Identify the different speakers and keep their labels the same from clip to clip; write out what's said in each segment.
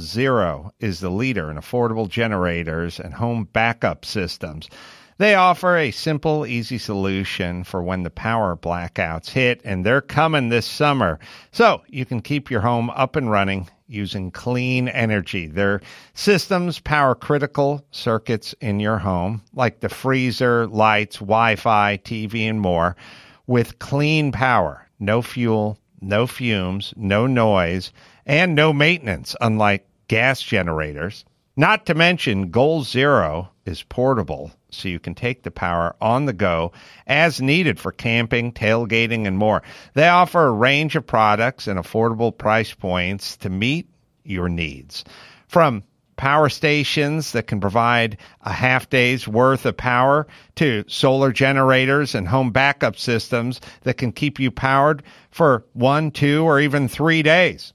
Speaker 1: Zero is the leader in affordable generators and home backup systems. They offer a simple, easy solution for when the power blackouts hit, and they're coming this summer. So you can keep your home up and running using clean energy. Their systems power critical circuits in your home, like the freezer, lights, Wi Fi, TV, and more, with clean power, no fuel, no fumes, no noise, and no maintenance, unlike gas generators. Not to mention, Goal Zero is portable, so you can take the power on the go as needed for camping, tailgating, and more. They offer a range of products and affordable price points to meet your needs. From power stations that can provide a half day's worth of power to solar generators and home backup systems that can keep you powered for one, two, or even three days.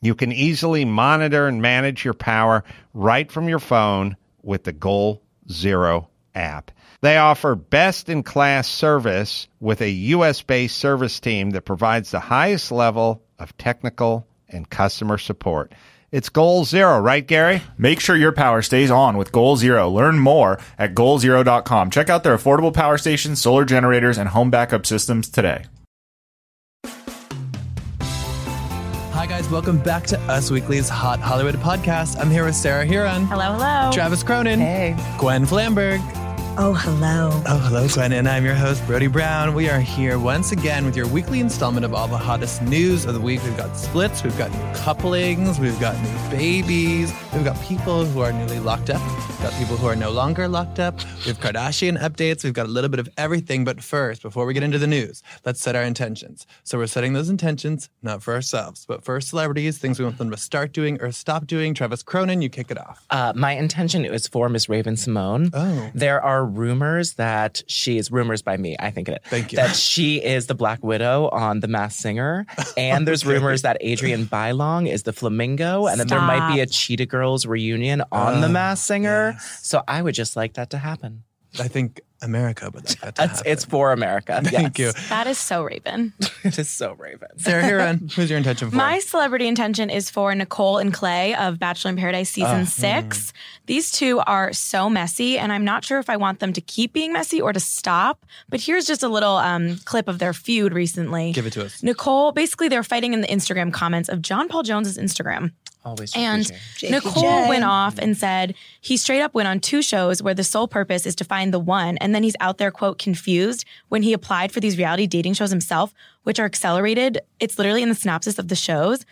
Speaker 1: You can easily monitor and manage your power right from your phone with the Goal Zero app. They offer best in class service with a US based service team that provides the highest level of technical and customer support. It's Goal Zero, right, Gary?
Speaker 2: Make sure your power stays on with Goal Zero. Learn more at goalzero.com. Check out their affordable power stations, solar generators, and home backup systems today.
Speaker 3: Hi, guys. Welcome back to Us Weekly's Hot Hollywood podcast. I'm here with Sarah Huron.
Speaker 4: Hello, hello.
Speaker 3: Travis Cronin.
Speaker 5: Hey.
Speaker 3: Gwen Flamberg.
Speaker 6: Oh, hello.
Speaker 3: Oh, hello, Gwen. And I'm your host, Brody Brown. We are here once again with your weekly installment of all the hottest news of the week. We've got splits, we've got new couplings, we've got new babies, we've got people who are newly locked up, we've got people who are no longer locked up, we've Kardashian updates, we've got a little bit of everything. But first, before we get into the news, let's set our intentions. So we're setting those intentions not for ourselves, but for celebrities, things we want them to start doing or stop doing. Travis Cronin, you kick it off.
Speaker 5: Uh, my intention is for Miss Raven Simone.
Speaker 3: Oh.
Speaker 5: There are rumors that she is rumors by me. I think it.
Speaker 3: Thank you.
Speaker 5: That she is the Black Widow on The Masked Singer, and there's rumors that Adrian Bylong is the flamingo, and that there might be a Cheetah Girls reunion on
Speaker 3: Oh,
Speaker 5: The Masked Singer. So I would just like that to happen.
Speaker 3: I think America would like that to
Speaker 5: It's,
Speaker 3: happen.
Speaker 5: it's for America.
Speaker 3: Thank
Speaker 5: yes.
Speaker 3: you.
Speaker 4: That is so Raven.
Speaker 5: it is so Raven.
Speaker 3: Sarah Huron, who's your intention for?
Speaker 4: My celebrity intention is for Nicole and Clay of Bachelor in Paradise
Speaker 3: Uh-huh.
Speaker 4: season six. These two are so messy, and I'm not sure if I want them to keep being messy or to stop. But here's just a little um, clip of their feud recently.
Speaker 3: Give it to us.
Speaker 4: Nicole, basically, they're fighting in the Instagram comments of John Paul Jones's Instagram.
Speaker 5: Always.
Speaker 4: And
Speaker 5: refreshing.
Speaker 4: Nicole went off and said he straight up went on two shows where the sole purpose is to find the one. And then he's out there, quote, confused when he applied for these reality dating shows himself, which are accelerated. It's literally in the synopsis of the shows.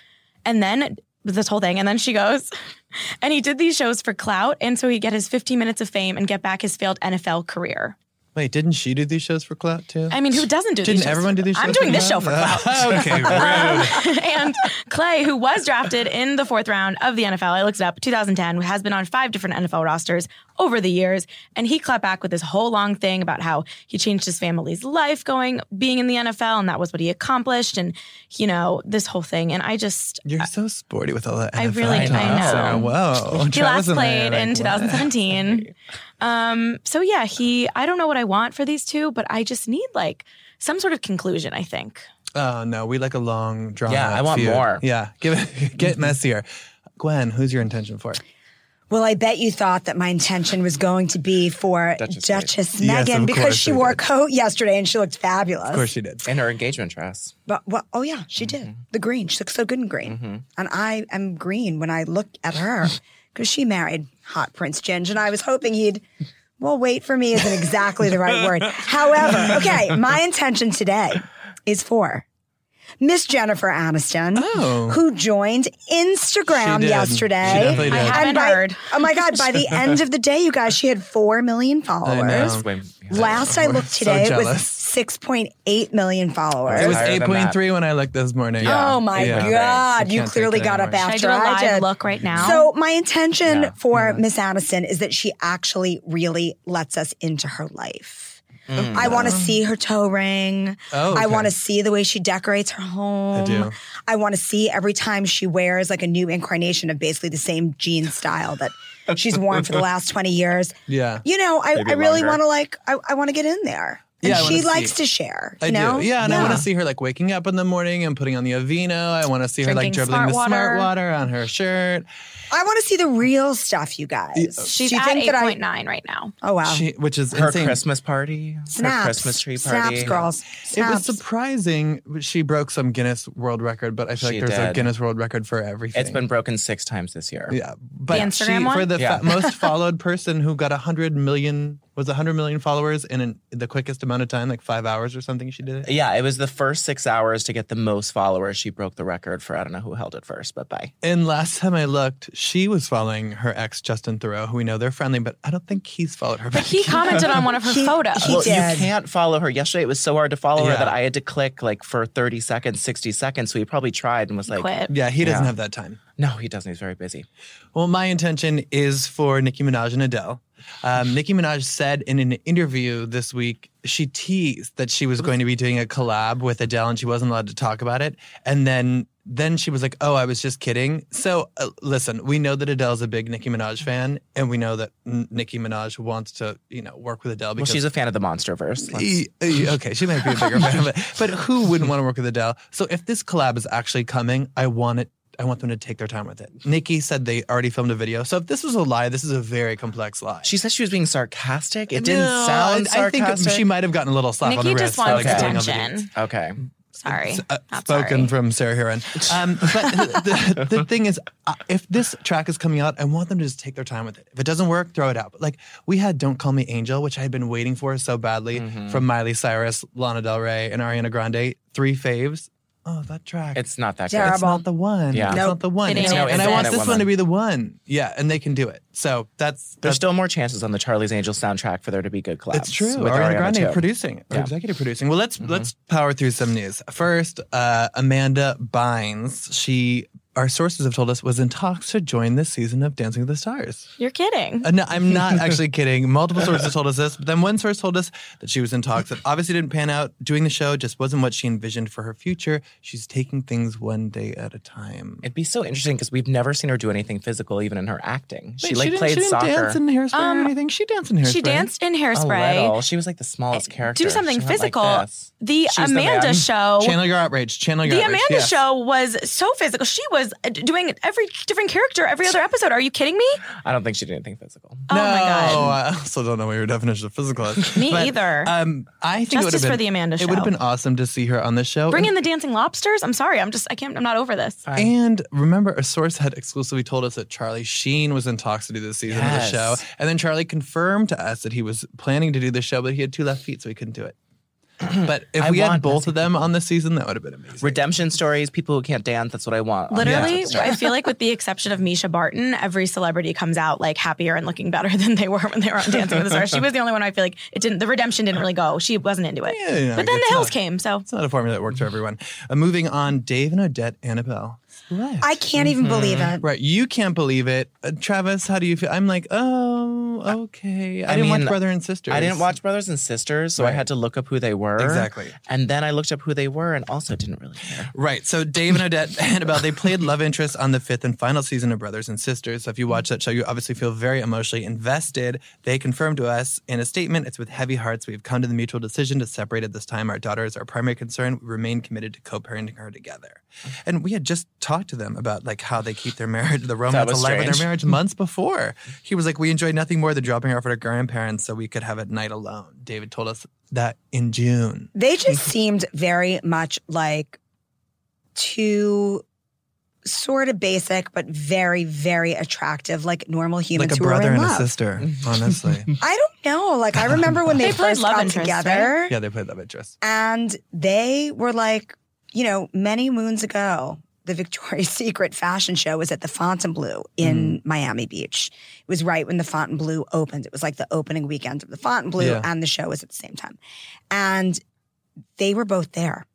Speaker 4: And then this whole thing. And then she goes, and he did these shows for clout. And so he get his 15 minutes of fame and get back his failed NFL career.
Speaker 3: Wait, didn't she do these shows for clout too?
Speaker 4: I mean, who doesn't do
Speaker 3: Didn't
Speaker 4: these shows
Speaker 3: everyone
Speaker 4: for-
Speaker 3: do these shows?
Speaker 4: I'm doing this show for clout.
Speaker 3: okay, rude.
Speaker 4: and Clay, who was drafted in the fourth round of the NFL, I looked it up, 2010, has been on five different NFL rosters over the years. And he clapped back with this whole long thing about how he changed his family's life going, being in the NFL, and that was what he accomplished. And, you know, this whole thing. And I just,
Speaker 3: You're so sporty with all that.
Speaker 4: I
Speaker 3: NFL
Speaker 4: really- I
Speaker 3: talk,
Speaker 4: know.
Speaker 3: Sarah. Whoa.
Speaker 4: he last played in 2017. Um, so yeah, he, I don't know what I want for these two, but I just need like some sort of conclusion, I think.
Speaker 3: Oh no, we like a long drawn.
Speaker 5: Yeah, I want more.
Speaker 3: Yeah, give it, get messier. Gwen, who's your intention for?
Speaker 6: Well, I bet you thought that my intention was going to be for
Speaker 3: Yes,
Speaker 6: Duchess, Megan
Speaker 3: of
Speaker 6: because
Speaker 3: course
Speaker 6: she
Speaker 3: we
Speaker 6: wore a
Speaker 3: did.
Speaker 6: coat yesterday and she looked fabulous.
Speaker 3: Of course, she did.
Speaker 5: In her engagement dress.
Speaker 6: But well, oh yeah, she did.
Speaker 3: Mm-hmm.
Speaker 6: The green. She looks so good in green. And I am green when I look at her because she married hot Prince Ginge, and I was hoping he'd. Well, wait for me isn't exactly the right word. However, okay, my intention today is for Miss Jennifer Aniston,
Speaker 3: Oh.
Speaker 6: who joined Instagram
Speaker 3: She did.
Speaker 6: yesterday.
Speaker 3: She definitely did. I
Speaker 4: haven't
Speaker 6: by,
Speaker 4: heard.
Speaker 6: Oh my God! By the end of the day, you guys, she had four million
Speaker 3: I
Speaker 6: followers.
Speaker 3: know.
Speaker 5: Swim.
Speaker 6: Last I looked
Speaker 3: So
Speaker 6: today, it was
Speaker 3: jealous.
Speaker 6: 6.8 million followers.
Speaker 3: It was
Speaker 5: Higher than
Speaker 3: eight
Speaker 5: that.
Speaker 3: point three when I looked this morning.
Speaker 6: Oh my
Speaker 3: Yeah.
Speaker 6: God.
Speaker 3: You
Speaker 6: You
Speaker 3: can't
Speaker 6: clearly
Speaker 3: take it
Speaker 6: got up
Speaker 3: anymore.
Speaker 4: Should I
Speaker 6: after
Speaker 4: do a live
Speaker 6: did.
Speaker 4: look right now?
Speaker 6: So, my intention
Speaker 5: Yeah.
Speaker 6: for Miss Addison is that she actually really lets us into her life. I want to see her toe ring.
Speaker 3: Mm. Oh, okay.
Speaker 6: I want to see the way she decorates her home.
Speaker 3: I do.
Speaker 6: I want to see every time she wears like a new incarnation of basically the same jean style that she's worn for the last 20 years.
Speaker 3: Yeah.
Speaker 6: You know, I,
Speaker 5: Maybe
Speaker 6: I really
Speaker 5: longer.
Speaker 6: want to like, I, I want to get in there. And
Speaker 3: Yeah, I wanna
Speaker 6: she
Speaker 3: see.
Speaker 6: likes to share, you
Speaker 3: I
Speaker 6: know?
Speaker 3: do. Yeah, and I want to see her like waking up in the morning and putting on the Aveeno. I want to see her like
Speaker 4: Drinking
Speaker 3: dribbling the
Speaker 4: smart
Speaker 3: smart
Speaker 4: water.
Speaker 3: water on her shirt.
Speaker 6: I want to see the real stuff, you guys.
Speaker 4: She's
Speaker 6: Do you
Speaker 4: at
Speaker 6: think that I-
Speaker 4: 8.9 right now.
Speaker 6: Oh wow!
Speaker 3: uh, She, which is
Speaker 5: Her
Speaker 3: insane.
Speaker 5: Christmas party. Her
Speaker 6: snaps,
Speaker 5: Christmas tree party.
Speaker 6: snaps, girls.
Speaker 3: It was
Speaker 6: Snaps.
Speaker 3: surprising. She broke some Guinness World Record, but I feel
Speaker 5: She
Speaker 3: like there's a
Speaker 5: did.
Speaker 3: Guinness World Record for everything.
Speaker 5: It's been broken six times this year.
Speaker 3: yeah, but
Speaker 4: The Instagram
Speaker 3: she, for
Speaker 4: one?
Speaker 3: the
Speaker 5: Yeah.
Speaker 3: fa- most followed person who got hundred million was hundred million followers in, an, in the quickest amount of time, like five hours or something. She did it.
Speaker 5: Yeah, it was the first six hours to get the most followers. She broke the record for I don't know who held it first, but bye.
Speaker 3: And last time I looked, she was following her ex Justin Thoreau, who we know they're friendly, but I don't think he's followed her.
Speaker 4: But he commented on one of her
Speaker 6: He-
Speaker 4: photos.
Speaker 6: he
Speaker 5: well,
Speaker 6: did.
Speaker 5: you can't follow her. Yesterday, it was so hard to follow
Speaker 3: Yeah.
Speaker 5: her that I had to click like for 30 seconds, 60 seconds. So he probably tried and was like,
Speaker 4: Quit.
Speaker 3: yeah, he doesn't
Speaker 5: Yeah.
Speaker 3: have that time.
Speaker 5: no, he doesn't. He's very busy.
Speaker 3: Well, my intention is for Nicki Minaj and Adele. Um, Nicki Minaj said in an interview this week, she teased that she was going to be doing a collab with Adele and she wasn't allowed to talk about it. And then then she was like, "Oh, I was just kidding." So, uh, listen, we know that Adele's a big Nicki Minaj fan and we know that N- Nicki Minaj wants to, you know, work with Adele
Speaker 5: Well,
Speaker 3: because
Speaker 5: she's a fan of the Monsterverse. Let's-
Speaker 3: E- e- okay, she might be a bigger fan, but, but who wouldn't want to work with Adele? So if this collab is actually coming, I want it. I want them to take their time with it. Nikki said they already filmed a video, so if this was a lie, this is a very complex lie.
Speaker 5: She said she was being sarcastic. It didn't
Speaker 3: No,
Speaker 5: sound
Speaker 3: I-
Speaker 5: sarcastic.
Speaker 3: I think she might have gotten a little slap on the
Speaker 4: Nikki
Speaker 3: wrist.
Speaker 4: just
Speaker 3: for,
Speaker 4: wants
Speaker 3: like,
Speaker 5: Okay.
Speaker 3: doing a video.
Speaker 4: attention.
Speaker 5: okay.
Speaker 4: Sorry.
Speaker 3: Uh,
Speaker 4: Not
Speaker 3: spoken
Speaker 4: sorry.
Speaker 3: from Sarah Huron. Um, but the, the thing is, uh, if this track is coming out, I want them to just take their time with it. If it doesn't work, throw it out. But like we had "Don't Call Me Angel," which I had been waiting for so badly
Speaker 5: Mm-hmm.
Speaker 3: from Miley Cyrus, Lana Del Rey, and Ariana Grande. Three faves. Oh, that track.
Speaker 5: It's not that
Speaker 6: Terrible.
Speaker 3: It's not the one.
Speaker 5: Yeah.
Speaker 3: It's not the one.
Speaker 4: It
Speaker 3: It's
Speaker 4: ain't
Speaker 3: not-
Speaker 4: it.
Speaker 3: and I
Speaker 4: It's
Speaker 3: want
Speaker 4: not
Speaker 3: this one
Speaker 5: it,
Speaker 3: to
Speaker 5: woman.
Speaker 3: be the one. Yeah, and they can do it. So that's
Speaker 5: There's
Speaker 3: that's
Speaker 5: still more chances on the Charlie's Angels soundtrack for there to be good collabs.
Speaker 3: It's true.
Speaker 5: With
Speaker 3: Ariana, Mm-hmm. Grande
Speaker 5: too.
Speaker 3: producing, or
Speaker 5: Yeah.
Speaker 3: executive producing. Well, let's let's power through some news. First, uh, Amanda Bynes. She, our sources have told us, was in talks to join this season of Dancing with the Stars.
Speaker 4: You're kidding.
Speaker 3: Uh, no, I'm not actually kidding. Multiple sources told us this. But then one source told us that she was in talks that obviously didn't pan out. Doing the show just wasn't what she envisioned for her future. She's taking things one day at a time.
Speaker 5: It'd be so interesting because we've never seen her do anything physical, even in her acting. She
Speaker 3: Wait,
Speaker 5: like
Speaker 3: didn't-
Speaker 5: played
Speaker 3: she didn't
Speaker 5: soccer.
Speaker 3: dance in hairspray or
Speaker 4: Um,
Speaker 3: anything. She danced in hairspray.
Speaker 4: She danced in
Speaker 5: A
Speaker 4: hairspray.
Speaker 5: little. She was like the smallest character.
Speaker 4: Do something
Speaker 5: She went like
Speaker 4: physical.
Speaker 5: this.
Speaker 4: the
Speaker 5: She's the
Speaker 4: Amanda
Speaker 5: man.
Speaker 4: show.
Speaker 3: Channel your outrage. Channel your
Speaker 4: oh, the
Speaker 3: outrage.
Speaker 4: Amanda
Speaker 3: Yes.
Speaker 4: show was so physical. She was uh, d- doing every different character every other episode. Are you kidding me?
Speaker 5: I don't think she did anything physical.
Speaker 4: Oh my
Speaker 3: No,
Speaker 4: god.
Speaker 3: I also don't know what your definition of physical is.
Speaker 4: Me either.
Speaker 3: Um, I think it would have
Speaker 4: Justice
Speaker 3: been,
Speaker 4: for the Amanda
Speaker 3: It would have
Speaker 4: Show.
Speaker 3: been awesome to see her on the show.
Speaker 4: Bring in
Speaker 3: and,
Speaker 4: the dancing lobsters. I'm sorry. I'm just I can't I'm not over this.
Speaker 3: and remember, a source had exclusively told us that Charlie Sheen was in talks to do this season
Speaker 5: Yes.
Speaker 3: of the show, and then Charlie confirmed to us that he was planning to do the show, but he had two left feet, so he couldn't do it. But if
Speaker 5: I
Speaker 3: we had
Speaker 5: want
Speaker 3: both of them on this season, that would have been amazing.
Speaker 5: Redemption stories, people who can't dance. That's what I want. on
Speaker 4: Literally,
Speaker 5: Netflix.
Speaker 4: I feel like with the exception of Misha Barton, every celebrity comes out like happier and looking better than they were when they were on Dancing with the Stars. She was the only one I feel like it didn't. The redemption didn't really go. She wasn't into it.
Speaker 3: Yeah, yeah,
Speaker 4: but then
Speaker 3: it's
Speaker 4: the hills
Speaker 3: not-
Speaker 4: came. So
Speaker 3: It's not a formula that works for everyone. Uh, moving on, Dave and Odette Annabelle. Left.
Speaker 6: I can't even believe it.
Speaker 3: Mm-hmm. Right, you can't believe it, uh, Travis. How do you feel? I'm like, oh, okay. I,
Speaker 5: I
Speaker 3: didn't watch
Speaker 5: mean,
Speaker 3: Brother and Sisters.
Speaker 5: I didn't watch Brothers and Sisters, so I
Speaker 3: Right.
Speaker 5: had to look up who they were.
Speaker 3: Exactly.
Speaker 5: And then I looked up who they were and also didn't really care.
Speaker 3: Right. So Dave and Odette Annabelle, they played love interests on the fifth and final season of Brothers and Sisters. So if you watch that show, you obviously feel very emotionally invested. They confirmed to us in a statement, it's with heavy hearts. We've come to the mutual decision to separate at this time. Our daughter is our primary concern. We remain committed to co-parenting her together. And we had just talked to them about like how they keep their marriage, the romance
Speaker 5: was
Speaker 3: alive in their
Speaker 5: strange.
Speaker 3: marriage months before. He was like, We enjoyed nothing more than dropping her off at her grandparents so we could have a night alone. David told us that in June.
Speaker 6: They just
Speaker 3: Mm-hmm.
Speaker 6: seemed very much like two sort of basic but very very attractive like normal humans
Speaker 3: Like a
Speaker 6: who are
Speaker 3: brother
Speaker 6: in
Speaker 3: and a
Speaker 6: love.
Speaker 3: sister, honestly.
Speaker 6: I don't know. Like I remember when they,
Speaker 4: They played
Speaker 6: first
Speaker 4: love
Speaker 6: got
Speaker 4: interest,
Speaker 6: together
Speaker 3: yeah, they played love interest.
Speaker 6: and they were like, you know, many moons ago, the Victoria's Secret fashion show was at the Fontainebleau in
Speaker 3: Mm-hmm.
Speaker 6: Miami Beach. It was right when the Fontainebleau opened. It was like the opening weekend of the Fontainebleau
Speaker 3: Yeah.
Speaker 6: and the show was at the same time. And they were both there.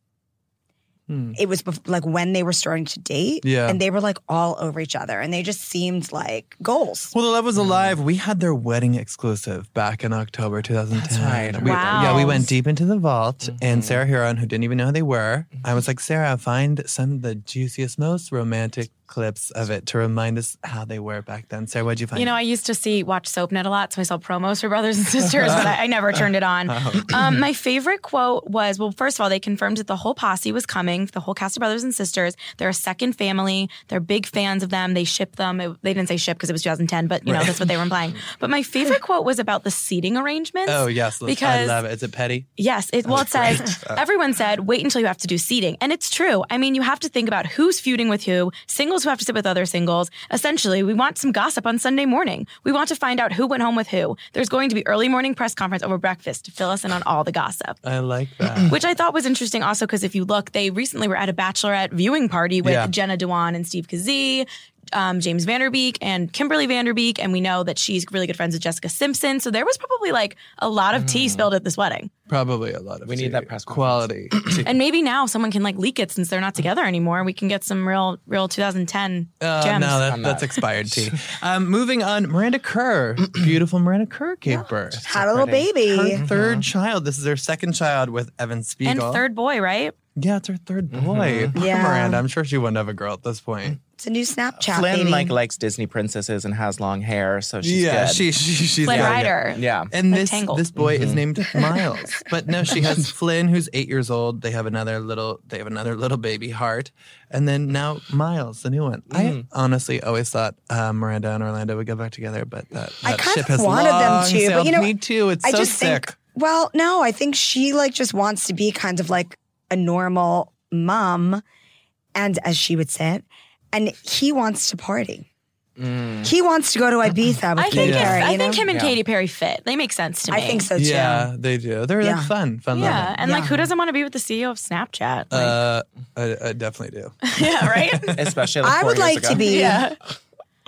Speaker 3: Hmm.
Speaker 6: It was bef- like when they were starting to date,
Speaker 3: Yeah.
Speaker 6: and they were like all over each other, and they just seemed like goals.
Speaker 3: Well, the love was
Speaker 4: Hmm.
Speaker 3: alive. We had their wedding exclusive back in October 2010.
Speaker 5: That's right.
Speaker 3: We-
Speaker 4: Wow. Mm-hmm.
Speaker 3: Yeah, we went deep into the vault, and
Speaker 5: Mhm.
Speaker 3: Sarah Huron, who didn't even know who they were, I was like, Sarah, find some of the juiciest, most romantic clips of it to remind us how they were back then. Sarah, what'd you find?
Speaker 4: You know, I used to see watch SoapNet a lot, so I saw promos for Brothers and Sisters, but I, I never turned it on. Um, my favorite quote was, "Well, first of all, they confirmed that the whole posse was coming, the whole cast of Brothers and Sisters. They're a second family. They're big fans of them. They ship them. It- they didn't say ship because it was 2010, but you know that's what they were implying. But my favorite quote was about the seating arrangements.
Speaker 3: oh, yes. let's- I
Speaker 4: because-
Speaker 3: love it. Is it petty?
Speaker 4: Yes. It, well, it says everyone said wait until you have to do seating, and it's true. I mean, you have to think about who's feuding with who, singles who have to sit with other singles. Essentially, we want some gossip on Sunday morning. We want to find out who went home with who. There's going to be early morning press conference over breakfast to fill us in on all the gossip.
Speaker 3: I like that.
Speaker 4: Which I thought was interesting also because if you look, they recently were at a bachelorette viewing party with
Speaker 3: Yeah.
Speaker 4: Jenna Dewan and Steve Kazee, um, James Vanderbeek, and Kimberly Vanderbeek. And we know that she's really good friends with Jessica Simpson. So there was probably like a lot of tea spilled at this wedding.
Speaker 3: Probably a lot of
Speaker 5: We need that press
Speaker 3: quality.
Speaker 4: And maybe now someone can like leak it since they're not together anymore. We can get some real, real 2010
Speaker 3: Uh,
Speaker 4: gems.
Speaker 3: no, that,
Speaker 5: I'm
Speaker 3: that's
Speaker 5: not.
Speaker 3: expired tea. Um, moving on, Miranda Kerr, beautiful Miranda Kerr gave birth.
Speaker 6: Had a little baby.
Speaker 3: Her
Speaker 5: Mm-hmm.
Speaker 3: third child. This is her second child with Evan
Speaker 4: and
Speaker 3: Spiegel.
Speaker 4: third boy, right?
Speaker 3: Yeah, it's her third
Speaker 5: Mm-hmm.
Speaker 3: boy. Poor
Speaker 6: Yeah.
Speaker 3: Miranda. I'm sure she wouldn't have a girl at this point.
Speaker 6: It's a new Snapchat.
Speaker 5: Flynn
Speaker 6: baby.
Speaker 5: like likes Disney princesses and has long hair, so she's
Speaker 3: yeah,
Speaker 5: good. Mm-hmm.
Speaker 3: she, she she's
Speaker 4: Flynn
Speaker 3: good, yeah.
Speaker 4: Rider.
Speaker 5: yeah.
Speaker 3: And
Speaker 4: Like
Speaker 3: this
Speaker 4: Tangled.
Speaker 3: this boy is named Miles, but no, she has Flynn, who's eight years old. They have another little they have another little baby Heart, and then now Miles, the new one.
Speaker 5: Mm.
Speaker 3: I honestly always thought uh, Miranda and Orlando would go back together, but that,
Speaker 6: I
Speaker 3: that
Speaker 6: kind
Speaker 3: ship
Speaker 6: of
Speaker 3: has
Speaker 6: wanted them
Speaker 3: long
Speaker 6: to, but
Speaker 3: sailed.
Speaker 6: you know,
Speaker 3: me too. It's so sick.
Speaker 6: think. Well, no, I think she like just wants to be kind of like a normal mom, and as she would say it, and he wants to party.
Speaker 5: Mm.
Speaker 3: Mm-hmm.
Speaker 6: He wants to go to Ibiza with
Speaker 4: I think,
Speaker 6: Katy
Speaker 4: if-
Speaker 6: Perry,
Speaker 4: I
Speaker 6: you
Speaker 4: think
Speaker 6: know?
Speaker 4: him and Katy Perry fit. They make sense to me.
Speaker 6: I think so too.
Speaker 3: Yeah, they do. They're
Speaker 6: Yeah.
Speaker 3: like fun, fun.
Speaker 4: Yeah.
Speaker 3: loving.
Speaker 4: And like,
Speaker 6: Yeah.
Speaker 4: who doesn't want to be with the CEO of Snapchat? Like,
Speaker 3: Uh, I, I definitely do.
Speaker 4: yeah, right?
Speaker 5: Especially like
Speaker 6: I
Speaker 5: four
Speaker 6: would
Speaker 5: years
Speaker 6: like
Speaker 5: ago.
Speaker 6: to be.
Speaker 4: yeah.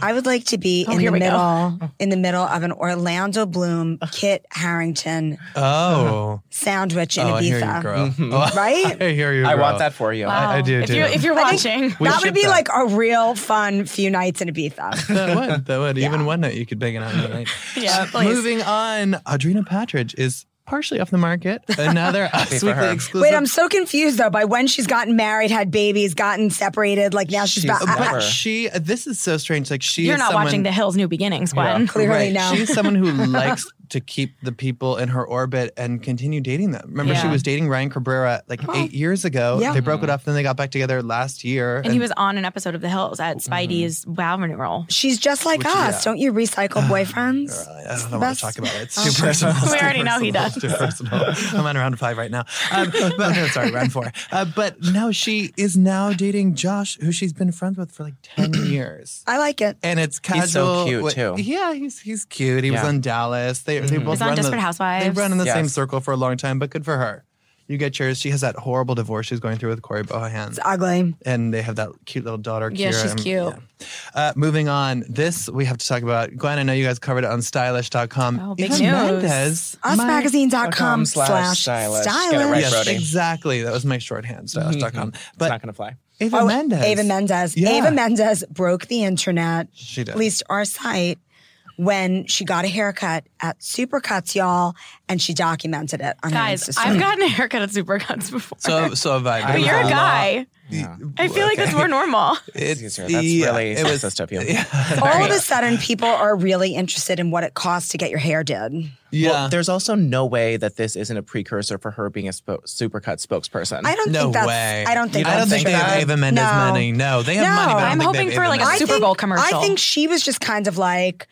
Speaker 6: I would like to be
Speaker 4: Oh,
Speaker 6: in
Speaker 4: here
Speaker 6: the
Speaker 4: we go.
Speaker 6: middle, in the middle of an Orlando Bloom, Kit Harrington
Speaker 3: Oh.
Speaker 6: sandwich in
Speaker 3: Oh, I hear you,
Speaker 6: Ibiza,
Speaker 3: girl. Oh,
Speaker 6: right?
Speaker 3: I hear you.
Speaker 5: I want
Speaker 3: girl.
Speaker 5: that for you.
Speaker 4: Wow.
Speaker 3: I do
Speaker 4: If
Speaker 3: too.
Speaker 4: you're, if you're
Speaker 6: I think
Speaker 4: watching,
Speaker 3: We
Speaker 6: that
Speaker 3: should
Speaker 6: would be
Speaker 3: that.
Speaker 6: like a real fun few nights in Ibiza.
Speaker 3: That would. That would. Even one night you could bang it out in a night.
Speaker 4: Yeah,
Speaker 3: Uh,
Speaker 4: please.
Speaker 3: moving on, Audrina Patridge is partially off the market. Another Us
Speaker 5: for
Speaker 3: Weekly
Speaker 5: her.
Speaker 3: exclusive.
Speaker 6: Wait, I'm so confused though by when she's gotten married, had babies, gotten separated. Like now she's,
Speaker 5: She's
Speaker 6: back. I- I-
Speaker 3: but
Speaker 5: Never.
Speaker 3: she, this is so strange. Like she,
Speaker 4: you're
Speaker 3: is
Speaker 4: not
Speaker 3: someone,
Speaker 4: watching The Hills New Beginnings, Gwen.
Speaker 6: Clearly
Speaker 3: right.
Speaker 6: no.
Speaker 3: She's someone who likes to keep the people in her orbit and continue dating them. Remember, she
Speaker 4: Yeah.
Speaker 3: was dating Ryan Cabrera like eight years ago.
Speaker 6: Yeah.
Speaker 3: They broke
Speaker 5: Mm-hmm.
Speaker 3: it up, then they got back together last year.
Speaker 4: And he was on an episode of The Hills at
Speaker 3: Mm-hmm.
Speaker 4: Spidey's Wow Renewal.
Speaker 6: she's just like us. Don't you recycle boyfriends?
Speaker 3: Ah, I don't
Speaker 6: the
Speaker 3: want
Speaker 6: best. Oh.
Speaker 3: to talk about it. It's too personal. It's
Speaker 4: Oh, We
Speaker 3: too
Speaker 4: already know he
Speaker 3: personal.
Speaker 4: does.
Speaker 3: It's too personal. I'm on round five right now. Um, but, no, sorry, round four. Uh, but no, she is now dating Josh, who she's been friends with for like 10 years.
Speaker 6: I like it.
Speaker 3: And it's casual.
Speaker 5: He's so cute, too.
Speaker 3: Yeah, he's he's cute. He was
Speaker 5: Yeah. Mm-hmm.
Speaker 3: on Dallas. They they both
Speaker 4: He's on
Speaker 3: run the-
Speaker 4: Desperate Housewives.
Speaker 3: They run in the same
Speaker 5: Yes.
Speaker 3: circle for a long time, but good for her. You get yours. She has that horrible divorce she's going through with Corey Bohan.
Speaker 6: It's ugly.
Speaker 3: And they have that cute little daughter,
Speaker 4: Yeah,
Speaker 3: Kira.
Speaker 4: she's
Speaker 3: Um,
Speaker 4: cute.
Speaker 3: Uh, moving on, this we have to talk about. Glenn, I know you guys covered it on stylish.com.
Speaker 4: Oh, big
Speaker 3: Eva
Speaker 4: news.
Speaker 3: Mendes-
Speaker 6: Usmagazine.com
Speaker 5: com
Speaker 6: slash
Speaker 5: slash
Speaker 6: stylish.
Speaker 5: stylish. Get it right,
Speaker 3: yes,
Speaker 5: Brody.
Speaker 3: exactly. That was my shorthand, stylish.com.
Speaker 5: it's
Speaker 3: But
Speaker 5: not gonna fly.
Speaker 3: Eva
Speaker 6: Oh,
Speaker 3: Mendes.
Speaker 6: Ava Mendez.
Speaker 3: Yeah.
Speaker 6: Ava Mendez broke the internet,
Speaker 3: She did.
Speaker 6: at least our site, when she got a haircut at Supercuts, y'all, and she documented it on her
Speaker 4: Guys,
Speaker 6: Instagram.
Speaker 4: I've gotten a haircut at Supercuts before.
Speaker 3: So, so have I.
Speaker 4: but you're a
Speaker 3: It-
Speaker 4: guy.
Speaker 5: Yeah.
Speaker 4: I feel like that's more normal.
Speaker 3: It's
Speaker 5: That's
Speaker 3: the-
Speaker 5: really
Speaker 3: it was,
Speaker 5: dystopian.
Speaker 6: All of a sudden, people are really interested in what it costs to get your hair did.
Speaker 3: yeah.
Speaker 5: Well, there's also no way that this isn't a precursor for her being a spo- supercut spokesperson.
Speaker 6: I don't
Speaker 3: no
Speaker 6: think that's.
Speaker 3: way.
Speaker 6: I don't think.
Speaker 3: I don't
Speaker 6: that's
Speaker 3: think they
Speaker 6: true.
Speaker 3: have Ava Mendes
Speaker 6: No.
Speaker 3: money. No, they have
Speaker 6: No.
Speaker 3: money. But I don't think
Speaker 6: I'm
Speaker 3: they
Speaker 4: Oh, hoping
Speaker 3: have
Speaker 4: for,
Speaker 3: Ava
Speaker 4: like, a
Speaker 3: Mendes.
Speaker 6: I
Speaker 4: Super
Speaker 6: think-
Speaker 4: Bowl commercial.
Speaker 6: I think she was just kind of like,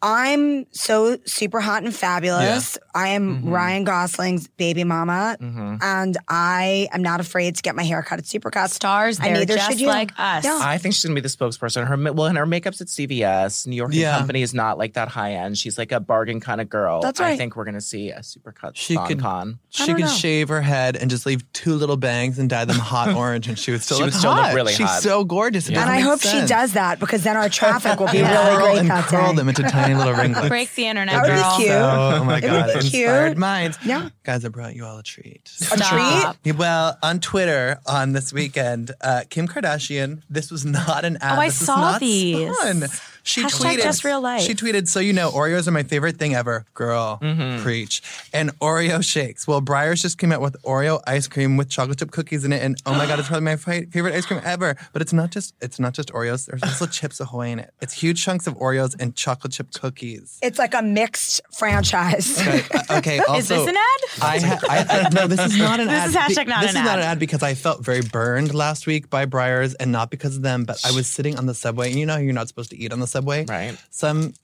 Speaker 6: I'm so super hot and fabulous. I am
Speaker 3: Mm-hmm.
Speaker 6: Ryan Gosling's baby mama,
Speaker 5: Mm-hmm.
Speaker 6: and I am not afraid to get my hair cut at Supercuts.
Speaker 4: Stars
Speaker 6: And
Speaker 4: there
Speaker 6: neither
Speaker 4: just
Speaker 6: should you.
Speaker 4: like us.
Speaker 6: Yeah.
Speaker 5: I think she's gonna be the spokesperson. Her ma- well, and her makeup's at CVS. New York and
Speaker 3: Yeah.
Speaker 5: Company is not like that high end. She's like a bargain kind of girl.
Speaker 6: That's
Speaker 5: I
Speaker 6: right.
Speaker 5: think we're gonna see a supercut
Speaker 3: She
Speaker 5: she
Speaker 3: could-
Speaker 5: con.
Speaker 3: She could shave her head and just leave two little bangs and dye them hot orange, and she would still,
Speaker 5: She
Speaker 3: look,
Speaker 5: would still look
Speaker 3: hot.
Speaker 5: really
Speaker 3: She's
Speaker 5: hot.
Speaker 3: so gorgeous. It
Speaker 6: And
Speaker 3: doesn't
Speaker 6: I
Speaker 3: make
Speaker 6: hope
Speaker 3: sense.
Speaker 6: she does that because then our traffic will be
Speaker 3: Yeah.
Speaker 6: really
Speaker 3: Curl
Speaker 6: great
Speaker 3: and
Speaker 6: that
Speaker 3: curl
Speaker 6: day.
Speaker 3: them into tiny little wrinklets.
Speaker 4: Break the internet,
Speaker 6: That would be
Speaker 4: girl.
Speaker 6: cute.
Speaker 3: Oh, oh my
Speaker 6: It would
Speaker 3: god,
Speaker 6: be
Speaker 3: inspired
Speaker 6: cute.
Speaker 3: minds.
Speaker 6: Yeah.
Speaker 3: guys, I brought you all a treat.
Speaker 4: Stop.
Speaker 3: Yeah, Well, on Twitter on this weekend, uh, Kim Kardashian. This was not an ad.
Speaker 4: Oh, I
Speaker 3: this is
Speaker 4: saw
Speaker 3: not
Speaker 4: these.
Speaker 3: spun. She
Speaker 4: Hashtag
Speaker 3: tweeted,
Speaker 4: just real life.
Speaker 3: She tweeted, "So you know, Oreos are my favorite thing ever, girl. Preach." And Oreo shakes. Well, Breyers just came out with Oreo ice cream with chocolate chip cookies in it, and oh my god, it's probably my fi- favorite ice cream ever. But it's not just it's not just Oreos. There's also Chips Ahoy in it. It's huge chunks of Oreos and chocolate chip cookies.
Speaker 6: It's like a mixed franchise.
Speaker 3: But, uh, okay. Also,
Speaker 4: Is this an ad?
Speaker 3: I, ha- I, I no, this is not an
Speaker 4: This
Speaker 3: ad.
Speaker 4: is hashtag
Speaker 3: Be-
Speaker 4: not
Speaker 3: this
Speaker 4: an
Speaker 3: is not
Speaker 4: ad.
Speaker 3: an ad because I felt very burned last week by Briars, and not because of them, but I was sitting on the subway, and you know how you're not supposed to eat on the subway,
Speaker 5: Right.
Speaker 3: Some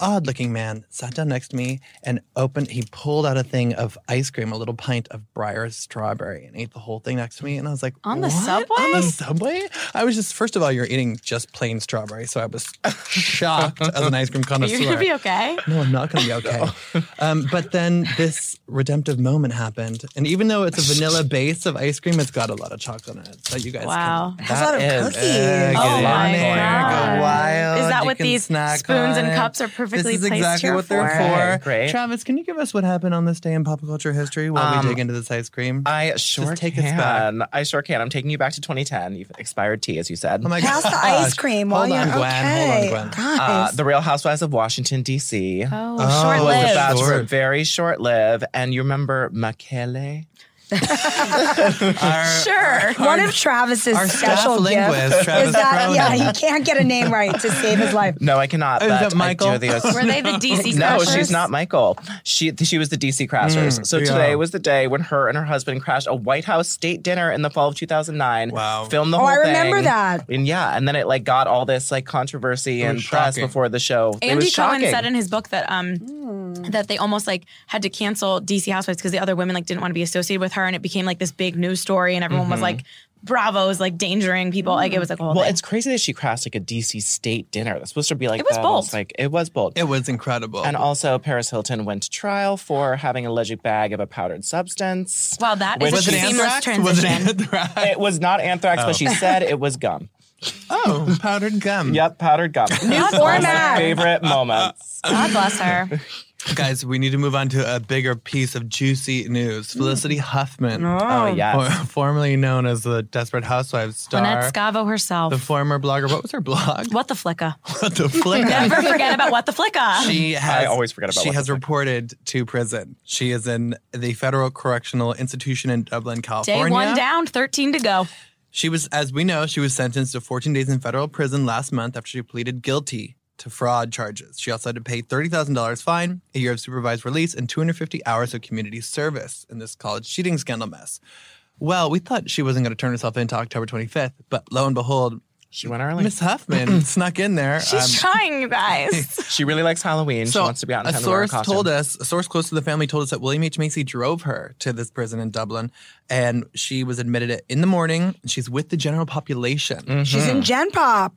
Speaker 3: odd looking man sat down next to me and opened. He pulled out a thing of ice cream, a little pint of Briars strawberry, and ate the whole thing next to me. And I was like,
Speaker 4: On the
Speaker 3: "What?
Speaker 4: subway?"
Speaker 3: On the subway? I was just first of all, you're eating just plain strawberry, so I was shocked as an ice cream connoisseur.
Speaker 4: You're gonna be okay.
Speaker 3: No, I'm not going to be okay. um, but then this redemptive moment happened, and even though it's a vanilla base of ice cream, it's got a lot of chocolate in it. So you guys,
Speaker 4: Wow.
Speaker 3: can,
Speaker 6: Has a lot of
Speaker 3: is-
Speaker 6: cookies.
Speaker 3: uh,
Speaker 4: Oh
Speaker 3: get
Speaker 4: my
Speaker 3: in there,
Speaker 4: God.
Speaker 3: Go wild.
Speaker 4: Is that
Speaker 3: You
Speaker 4: what
Speaker 3: can
Speaker 4: these
Speaker 3: snack
Speaker 4: spoons
Speaker 3: on
Speaker 4: and
Speaker 3: it.
Speaker 4: cups are perfectly
Speaker 3: This is
Speaker 4: placed
Speaker 3: exactly
Speaker 4: here
Speaker 3: what they're for.
Speaker 5: for? Great.
Speaker 3: Travis, can you give us what happened on this day in pop culture history while
Speaker 5: Um, uh,
Speaker 3: we dig into this ice cream?
Speaker 5: I sure
Speaker 3: take us
Speaker 5: can.
Speaker 3: back.
Speaker 5: I sure can. I'm taking you back to 2010. You've expired tea, as you said.
Speaker 3: oh my
Speaker 6: Pass the ice cream while
Speaker 3: Hold on,
Speaker 6: you're
Speaker 3: Gwen.
Speaker 6: okay.
Speaker 3: Hold on, Gwen.
Speaker 5: uh,
Speaker 6: Guys.
Speaker 5: the Real Housewives of Washington D.C.
Speaker 4: Oh,
Speaker 3: Oh,
Speaker 4: short
Speaker 3: it was
Speaker 5: was
Speaker 4: lived.
Speaker 5: about to
Speaker 3: Short.
Speaker 5: be very short lived, and you remember Makele?
Speaker 3: Our-
Speaker 4: Sure.
Speaker 6: one of Travis's
Speaker 3: our staff
Speaker 6: special
Speaker 3: linguist,
Speaker 6: gifts
Speaker 3: Travis
Speaker 6: is that
Speaker 3: Cronin.
Speaker 6: yeah he can't get a name right to save his life.
Speaker 5: No, I cannot.
Speaker 3: Oh, Is
Speaker 5: but
Speaker 3: that
Speaker 5: I do
Speaker 3: Michael?
Speaker 5: those-
Speaker 4: Were they the DC
Speaker 5: No,
Speaker 4: Smashers?
Speaker 5: she's not Michael. She she was the DC Crashers. so
Speaker 3: Mm, yeah.
Speaker 5: today was the day when her and her husband crashed a White House state dinner in the fall of 2009.
Speaker 3: Wow.
Speaker 5: Filmed the
Speaker 6: Oh,
Speaker 5: whole
Speaker 6: I
Speaker 5: thing.
Speaker 6: remember that.
Speaker 5: And yeah, and then it like got all this like controversy and
Speaker 3: was
Speaker 5: press
Speaker 3: shocking.
Speaker 5: before the show. it
Speaker 4: Andy
Speaker 5: was
Speaker 4: Cohen
Speaker 5: shocking.
Speaker 4: said in his book that um that they almost like had to cancel DC Housewives because the other women like didn't want to be associated with her, and it became like this big news story, and everyone was like, "Bravo's like dangering people." Like it was like a whole
Speaker 5: Mm-hmm. well,
Speaker 4: thing.
Speaker 5: it's crazy that she crashed like a DC state dinner. That's supposed to be like
Speaker 4: It was
Speaker 5: the
Speaker 4: bold.
Speaker 5: most, Like it was bold.
Speaker 3: It was incredible.
Speaker 5: and also, Paris Hilton went to trial for having an alleged bag of a powdered substance.
Speaker 4: wow, that is
Speaker 5: Was
Speaker 4: a
Speaker 5: it
Speaker 4: seamless transition.
Speaker 3: Was it Oh. anthrax?
Speaker 5: It was not anthrax, but she said it was gum.
Speaker 3: Oh, powdered gum.
Speaker 5: Yep, powdered gum. New
Speaker 6: format.
Speaker 3: Mm-hmm.
Speaker 5: Favorite moments.
Speaker 4: God bless her.
Speaker 3: Guys, we need to move on to a bigger piece of juicy news. Felicity Huffman,
Speaker 5: Mm. Oh yes.
Speaker 3: for- formerly known as the Desperate Housewives star,
Speaker 4: Lynette Scavo herself.
Speaker 3: the former blogger. What was her blog?
Speaker 4: what the flicka?
Speaker 3: What the flip?
Speaker 4: Never forget about what the flicka.
Speaker 3: She has,
Speaker 5: always forget about
Speaker 3: She
Speaker 5: what
Speaker 3: has
Speaker 5: the
Speaker 3: reported to prison. She is in the Federal Correctional Institution in Dublin,
Speaker 4: Day
Speaker 3: California.
Speaker 4: one down, thirteen to go.
Speaker 3: She was, as we know, she was sentenced to 14 days in federal prison last month after she pleaded guilty to fraud charges. She also had to pay $30,000 fine, a year of supervised release, and 250 hours of community service in this college cheating scandal mess. Well, we thought she wasn't going to turn herself into October 25th, but lo and behold,
Speaker 5: She went early.
Speaker 3: Miss Huffman snuck in there. um,
Speaker 4: She's trying, you guys.
Speaker 5: She really likes Halloween. she wants to be out in
Speaker 3: a
Speaker 5: time to wear a
Speaker 3: source
Speaker 5: costume.
Speaker 3: told us, a source close to the family told us that William H. Macy drove her to this prison in Dublin, and she was admitted in the morning. She's with the general population.
Speaker 6: She's in Gen Pop.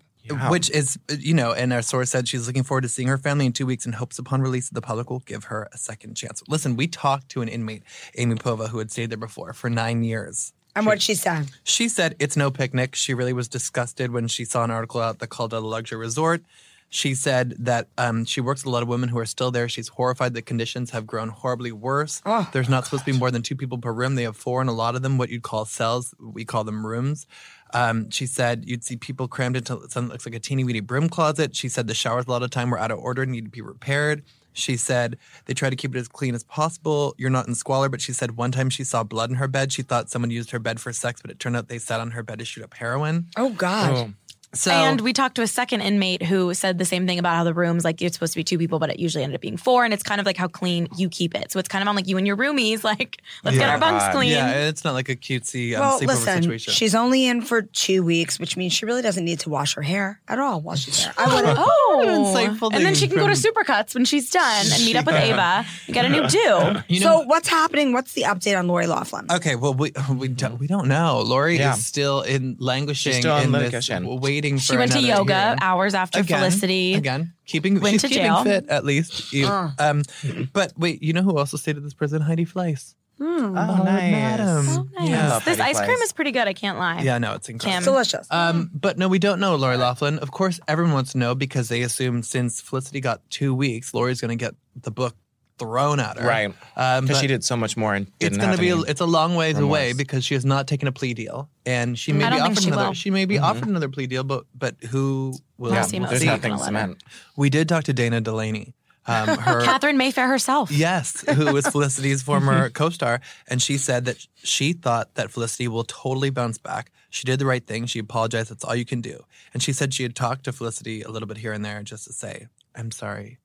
Speaker 3: Which is, you know, and our source said she's looking forward to seeing her family in two weeks and hopes upon release the public will give her a second chance. Listen, we talked to an inmate, Amy Pova, who had stayed there before for nine years.
Speaker 6: And what she said.
Speaker 3: She said it's no picnic. She really was disgusted when she saw an article out that called it a luxury resort. She said that um, she works with a lot of women who are still there. She's horrified that conditions have grown horribly worse. There's not supposed to be more than two people per room. They have four, and a lot of them, what you'd call cells, we call them rooms. Um, she said you'd see people crammed into something that looks like a teeny weeny broom closet. She said the showers a lot of time were out of order and need to be repaired. She said they try to keep it as clean as possible. You're not in squalor, but she said one time she saw blood in her bed. She thought someone used her bed for sex, but it turned out they sat on her bed to shoot up heroin.
Speaker 6: Oh God.
Speaker 3: So
Speaker 4: and we talked to a second inmate who said the same thing about how the rooms like it's supposed to be two people, but it usually ended up being four, and it's kind of like how clean you keep it. So it's kind of on like you and your roomies, like let's get
Speaker 3: Yeah. Uh,
Speaker 4: our bunks clean.
Speaker 3: yeah, it's not like a cutesy um,
Speaker 6: Well,
Speaker 3: sleepover
Speaker 6: listen,
Speaker 3: situation.
Speaker 6: she's only in for two weeks, which means she really doesn't need to wash her hair at all while she's there. I would have
Speaker 3: What an
Speaker 4: Oh,
Speaker 3: insightful
Speaker 4: and
Speaker 3: thing
Speaker 4: then she can go to
Speaker 3: from-
Speaker 4: Supercuts when she's done and meet up with Ava and get a new do.
Speaker 3: you
Speaker 6: so what's happening? What's the update on Lori Laughlin?
Speaker 3: Okay, well, we uh, we don't, we don't know. Lori
Speaker 5: Yeah.
Speaker 3: is still in languishing.
Speaker 5: She's still in
Speaker 3: in
Speaker 5: litigation.
Speaker 3: This, waiting. For
Speaker 4: She went to
Speaker 3: another
Speaker 4: yoga
Speaker 3: hearing.
Speaker 4: hours after
Speaker 3: Again,
Speaker 4: Felicity.
Speaker 3: again, keeping
Speaker 4: went
Speaker 3: she's
Speaker 4: to
Speaker 3: keeping
Speaker 4: jail. Uh.
Speaker 3: fit at least. You- um, but wait, you know who also stayed at this prison? Heidi Fleiss.
Speaker 5: Oh, nice.
Speaker 3: madam.
Speaker 4: Oh, nice.
Speaker 3: Yeah.
Speaker 5: love
Speaker 4: This
Speaker 5: Betty
Speaker 4: ice cream
Speaker 5: Flies.
Speaker 4: is pretty good. I can't lie.
Speaker 3: Yeah, no, it's
Speaker 6: It's
Speaker 3: incredible.
Speaker 6: delicious.
Speaker 3: Um,
Speaker 4: Hmm.
Speaker 3: but no, we don't know Lori Laughlin. Of course, everyone wants to know because they assume since Felicity got two weeks, Lori's going to get the book thrown at her.
Speaker 5: Right.
Speaker 3: Um,
Speaker 5: Because
Speaker 3: but
Speaker 5: she did so much more and
Speaker 3: it's
Speaker 5: didn't
Speaker 3: going to
Speaker 5: have
Speaker 3: be a,
Speaker 5: any-
Speaker 3: it's a long ways
Speaker 5: remorse.
Speaker 3: away because she has not taken a plea deal, and she may
Speaker 4: Mm-hmm.
Speaker 3: be
Speaker 4: I don't think
Speaker 3: offered
Speaker 4: she
Speaker 3: another.
Speaker 4: will.
Speaker 3: She may be offered another plea deal, but but who will?
Speaker 4: Yeah,
Speaker 3: we'll
Speaker 4: seem
Speaker 5: Mm-hmm. there's
Speaker 4: see.
Speaker 5: nothing
Speaker 4: Gonna let
Speaker 5: cement.
Speaker 3: We did talk to Dana Delaney. Um, her
Speaker 4: Catherine Mayfair herself.
Speaker 3: Yes, who was Felicity's former co star. And she said that she thought that Felicity will totally bounce back. She did the right thing. She apologized. That's all you can do. And she said she had talked to Felicity a little bit here and there just to say, I'm sorry.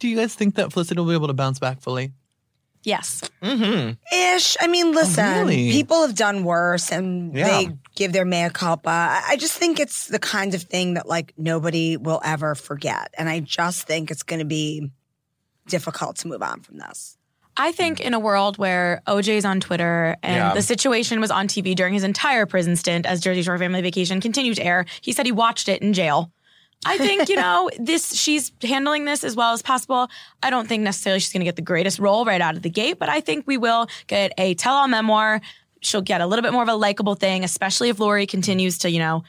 Speaker 3: Do you guys think that Felicity will be able to bounce back fully?
Speaker 4: Yes.
Speaker 6: Ish. I mean, listen,
Speaker 3: Oh, really?
Speaker 6: people have done worse and
Speaker 5: Yeah.
Speaker 6: they give their mea culpa. I, I just think it's the kind of thing that like nobody will ever forget. And I just think it's going to be difficult to move on from this.
Speaker 4: I think in a world where OJ's on Twitter and
Speaker 5: Yeah.
Speaker 4: the situation was on TV during his entire prison stint as Jersey Shore Family Vacation continued to air, he said he watched it in jail. I think, you know, this she's handling this as well as possible. I don't think necessarily she's going to get the greatest role right out of the gate, but I think we will get a tell-all memoir. She'll get a little bit more of a likable thing, especially if Lori continues to, you know,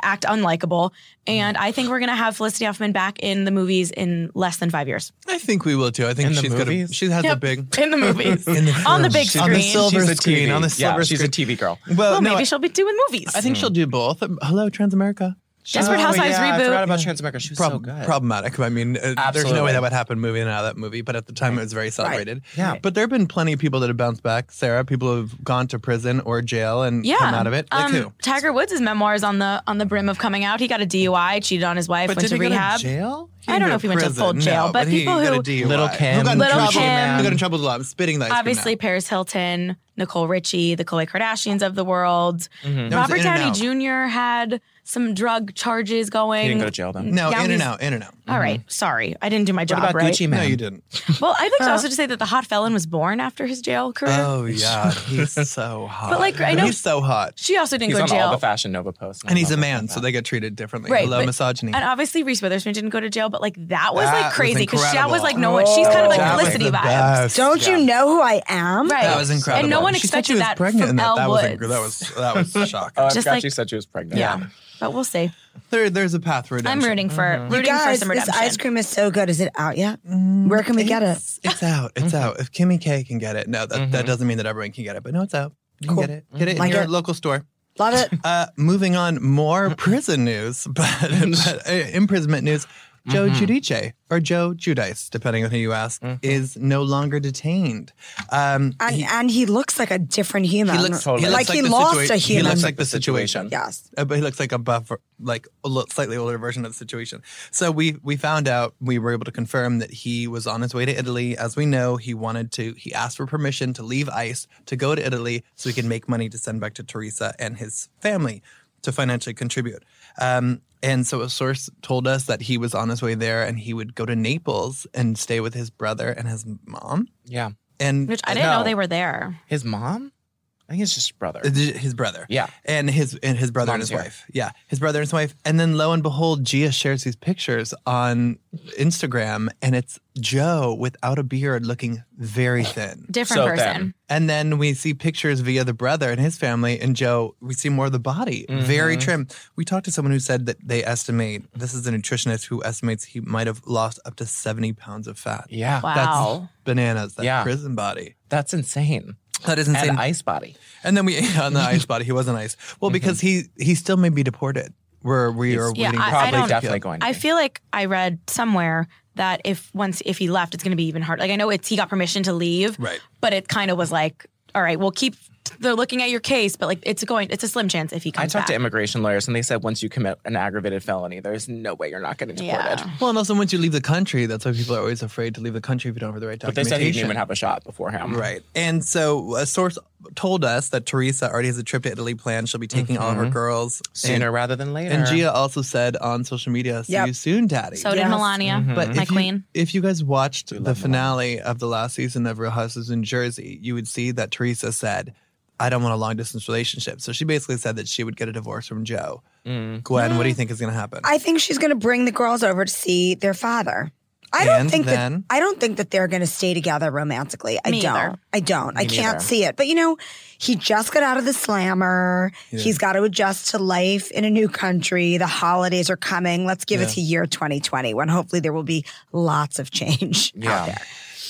Speaker 4: act unlikable. And I think we're going to have Felicity Huffman back in the movies in less than 5 years.
Speaker 3: I think we will too. I think
Speaker 5: In the
Speaker 3: she's gonna,
Speaker 5: movies?
Speaker 3: she has
Speaker 4: Yep.
Speaker 3: a big.
Speaker 4: in the movies on the big
Speaker 3: On
Speaker 4: screen.
Speaker 3: the silver
Speaker 5: She's a
Speaker 3: screen.
Speaker 5: TV.
Speaker 3: On the silver
Speaker 5: yeah,
Speaker 3: screen.
Speaker 5: she's a TV girl.
Speaker 3: Well,
Speaker 4: well,
Speaker 3: no,
Speaker 4: maybe
Speaker 3: I-
Speaker 4: she'll be doing movies.
Speaker 3: I think she'll do both. Um, Hello, Transamerica.
Speaker 4: Desperate
Speaker 5: Oh,
Speaker 4: Housewives
Speaker 5: yeah, I forgot
Speaker 4: reboot.
Speaker 5: about Transamerica. She was
Speaker 3: Prob-
Speaker 5: so good.
Speaker 3: Problematic. I mean, uh, there's no
Speaker 5: Absolutely.
Speaker 3: way that would happen moving out of that movie, but at the time it was very celebrated.
Speaker 5: Yeah.
Speaker 3: But there have been plenty of people that have bounced back, Sarah. People who have gone to prison or jail and
Speaker 4: yeah,
Speaker 3: come out of it. Like
Speaker 4: Um,
Speaker 3: who?
Speaker 4: Tiger Woods' memoirs on the on the brim of coming out. He got a DUI, cheated on his wife, went to rehab.
Speaker 3: jail?
Speaker 4: I don't know if he went to full jail, but people
Speaker 3: got a
Speaker 4: who-
Speaker 3: DUI.
Speaker 5: Little Kim,
Speaker 3: Who got in
Speaker 4: Little
Speaker 3: trouble?
Speaker 4: Kim.
Speaker 3: Who got in trouble with a lot? I'm spitting that.
Speaker 4: Obviously, Paris Hilton, Nicole Richie, the Khloe Kardashians of the world.
Speaker 3: That was
Speaker 4: Robert
Speaker 3: Mm-hmm. in and
Speaker 4: Downey
Speaker 3: out.
Speaker 4: Jr. had some drug charges going.
Speaker 5: He didn't go to jail then.
Speaker 3: No, in
Speaker 4: Yeah,
Speaker 3: and
Speaker 4: he's-
Speaker 3: out, in and out.
Speaker 4: All right, sorry, I didn't do my job
Speaker 5: about
Speaker 4: Oh, right.
Speaker 5: Gucci
Speaker 3: No,
Speaker 5: Man?
Speaker 3: you didn't.
Speaker 4: Well, I'd like to also just say that the hot felon was born after his jail career.
Speaker 3: Uh. Oh yeah, he's so hot.
Speaker 4: like, I know-
Speaker 3: he's so hot,
Speaker 4: She also didn't
Speaker 5: He's
Speaker 4: go
Speaker 5: on
Speaker 4: to jail.
Speaker 5: all the Fashion Nova posts.
Speaker 3: and he's
Speaker 5: I
Speaker 3: a
Speaker 5: love
Speaker 3: man,
Speaker 5: that.
Speaker 3: so they get treated differently.
Speaker 4: Right,
Speaker 3: Hello,
Speaker 4: but-
Speaker 3: misogyny.
Speaker 4: And obviously Reese Witherspoon didn't go to jail, but like that was
Speaker 3: That
Speaker 4: like
Speaker 3: was
Speaker 4: crazy because that
Speaker 3: incredible.
Speaker 4: was
Speaker 3: Oh,
Speaker 4: like no one. She's kind of like
Speaker 3: That was
Speaker 4: Felicity
Speaker 3: the
Speaker 4: vibes,
Speaker 3: best.
Speaker 6: Don't you know who I am?
Speaker 4: right?
Speaker 3: That was incredible.
Speaker 4: And no one
Speaker 3: She said she
Speaker 4: expected
Speaker 3: was
Speaker 4: that
Speaker 3: pregnant
Speaker 4: from
Speaker 3: and
Speaker 4: Elle
Speaker 3: that, that Was,
Speaker 4: Woods.
Speaker 3: inc- that was that was shocking.
Speaker 5: Oh, I
Speaker 4: Just
Speaker 5: forgot
Speaker 4: like-
Speaker 5: she said she was pregnant.
Speaker 4: yeah. but we'll see.
Speaker 3: There, there's a path for redemption.
Speaker 4: I'm rooting for
Speaker 6: You
Speaker 4: rooting for
Speaker 6: guys,
Speaker 4: some
Speaker 6: this
Speaker 4: redemption.
Speaker 6: ice cream is so good. Is it out yet? Where can we get it?
Speaker 3: Mm, It's, it's out. It's out. If Kimmy K can get it, no, that, that doesn't mean that everyone can get it, but no, it's out. You can get it. Get it in
Speaker 6: Like
Speaker 3: your
Speaker 6: it.
Speaker 3: local store.
Speaker 6: Love it.
Speaker 3: Uh, moving on, more prison news, but, but uh, imprisonment news. Joe Giudice, or Joe Judice, depending on who you ask, is no longer detained. Um,
Speaker 6: And and he looks like a different human.
Speaker 3: he looks,
Speaker 5: totally.
Speaker 3: he
Speaker 6: like
Speaker 3: looks
Speaker 6: he
Speaker 3: the
Speaker 6: lost
Speaker 3: situa-
Speaker 6: a
Speaker 3: He
Speaker 6: human.
Speaker 3: looks like the situation.
Speaker 6: yes.
Speaker 3: Uh, but he looks like a buffer, like a lo- slightly older version of the situation. So we we found out we were able to confirm that he was on his way to Italy. As we know, he wanted to. He asked for permission to leave ICE to go to Italy so he can make money to send back to Teresa and his family to financially contribute. Um, and so a source told us that he was on his way there and he would go to Naples and stay with his brother and his mom.
Speaker 5: Yeah.
Speaker 3: And
Speaker 4: which I didn't
Speaker 5: No.
Speaker 4: know they were there.
Speaker 5: His mom? I think it's just brother.
Speaker 3: His brother.
Speaker 5: Yeah.
Speaker 3: And his and his brother and his
Speaker 5: Mom's here.
Speaker 3: wife. Yeah. His brother and his wife. And then lo and behold, Gia shares these pictures on Instagram and it's Joe without a beard looking very thin.
Speaker 4: Different
Speaker 5: So
Speaker 4: person.
Speaker 5: then-
Speaker 3: And then we see pictures via the brother and his family, and Joe, we see more of the body, very
Speaker 5: Mm-hmm.
Speaker 3: trim. We talked to someone who said that they estimate this is a nutritionist who estimates he might have lost up to 70 pounds of fat.
Speaker 5: Yeah.
Speaker 4: Wow.
Speaker 3: That's bananas, that
Speaker 5: Yeah.
Speaker 3: prison body.
Speaker 5: That's insane.
Speaker 3: That is
Speaker 5: And
Speaker 3: insane.
Speaker 5: ice body.
Speaker 3: And then we on the ice body. He wasn't ice. Well, because he he still may be deported. Where we are
Speaker 4: Mm-hmm. Yeah,
Speaker 3: waiting.
Speaker 4: I-
Speaker 3: for
Speaker 4: I
Speaker 5: Probably
Speaker 4: don't-
Speaker 5: definitely going to
Speaker 4: I
Speaker 5: be.
Speaker 4: feel like I read somewhere that if once if he left, it's going to be even harder. Like I know it's he got permission to leave,
Speaker 3: Right.
Speaker 4: But it kind of was like, all right, we'll keep. They're looking at your case, but like it's going. It's a slim chance if he
Speaker 5: I
Speaker 4: comes
Speaker 5: talked to
Speaker 4: back.
Speaker 5: immigration lawyers and they said once you commit an aggravated felony, there's no way you're not getting deported.
Speaker 4: Yeah.
Speaker 3: Well, and also once you leave the country, that's why people are always afraid to leave the country if you don't have the right
Speaker 5: But they
Speaker 3: documentation.
Speaker 5: said he didn't even have a shot before him.
Speaker 3: Right. And so a source told us that Teresa already has a trip to Italy planned. She'll be taking all of her girls.
Speaker 5: Mm-hmm. Sooner rather than later.
Speaker 3: And, and Gia also said on social media, see
Speaker 6: Yep.
Speaker 3: you soon, daddy.
Speaker 4: So did
Speaker 6: Yes.
Speaker 4: Melania,
Speaker 5: Hmm.
Speaker 3: but
Speaker 4: my
Speaker 3: if you-
Speaker 4: queen.
Speaker 3: if you guys watched the finale of the last season of Real Houses in Jersey, you would see that Teresa said, I don't want a long distance relationship. So she basically said that she would get a divorce from Joe.
Speaker 5: Hmm.
Speaker 3: Gwen,
Speaker 4: Hmm.
Speaker 3: what do you think is going to happen?
Speaker 6: I think she's going to bring the girls over to see their father. I don't
Speaker 3: And
Speaker 6: think
Speaker 3: then?
Speaker 6: that I don't think that they're going to stay together romantically. I
Speaker 4: Me
Speaker 6: don't.
Speaker 4: either.
Speaker 6: I don't. I can't see it. But you know, he just got out of the slammer. He's got to adjust to life in a new country. The holidays are coming. Let's give it to year 2020 when hopefully there will be lots of change out there.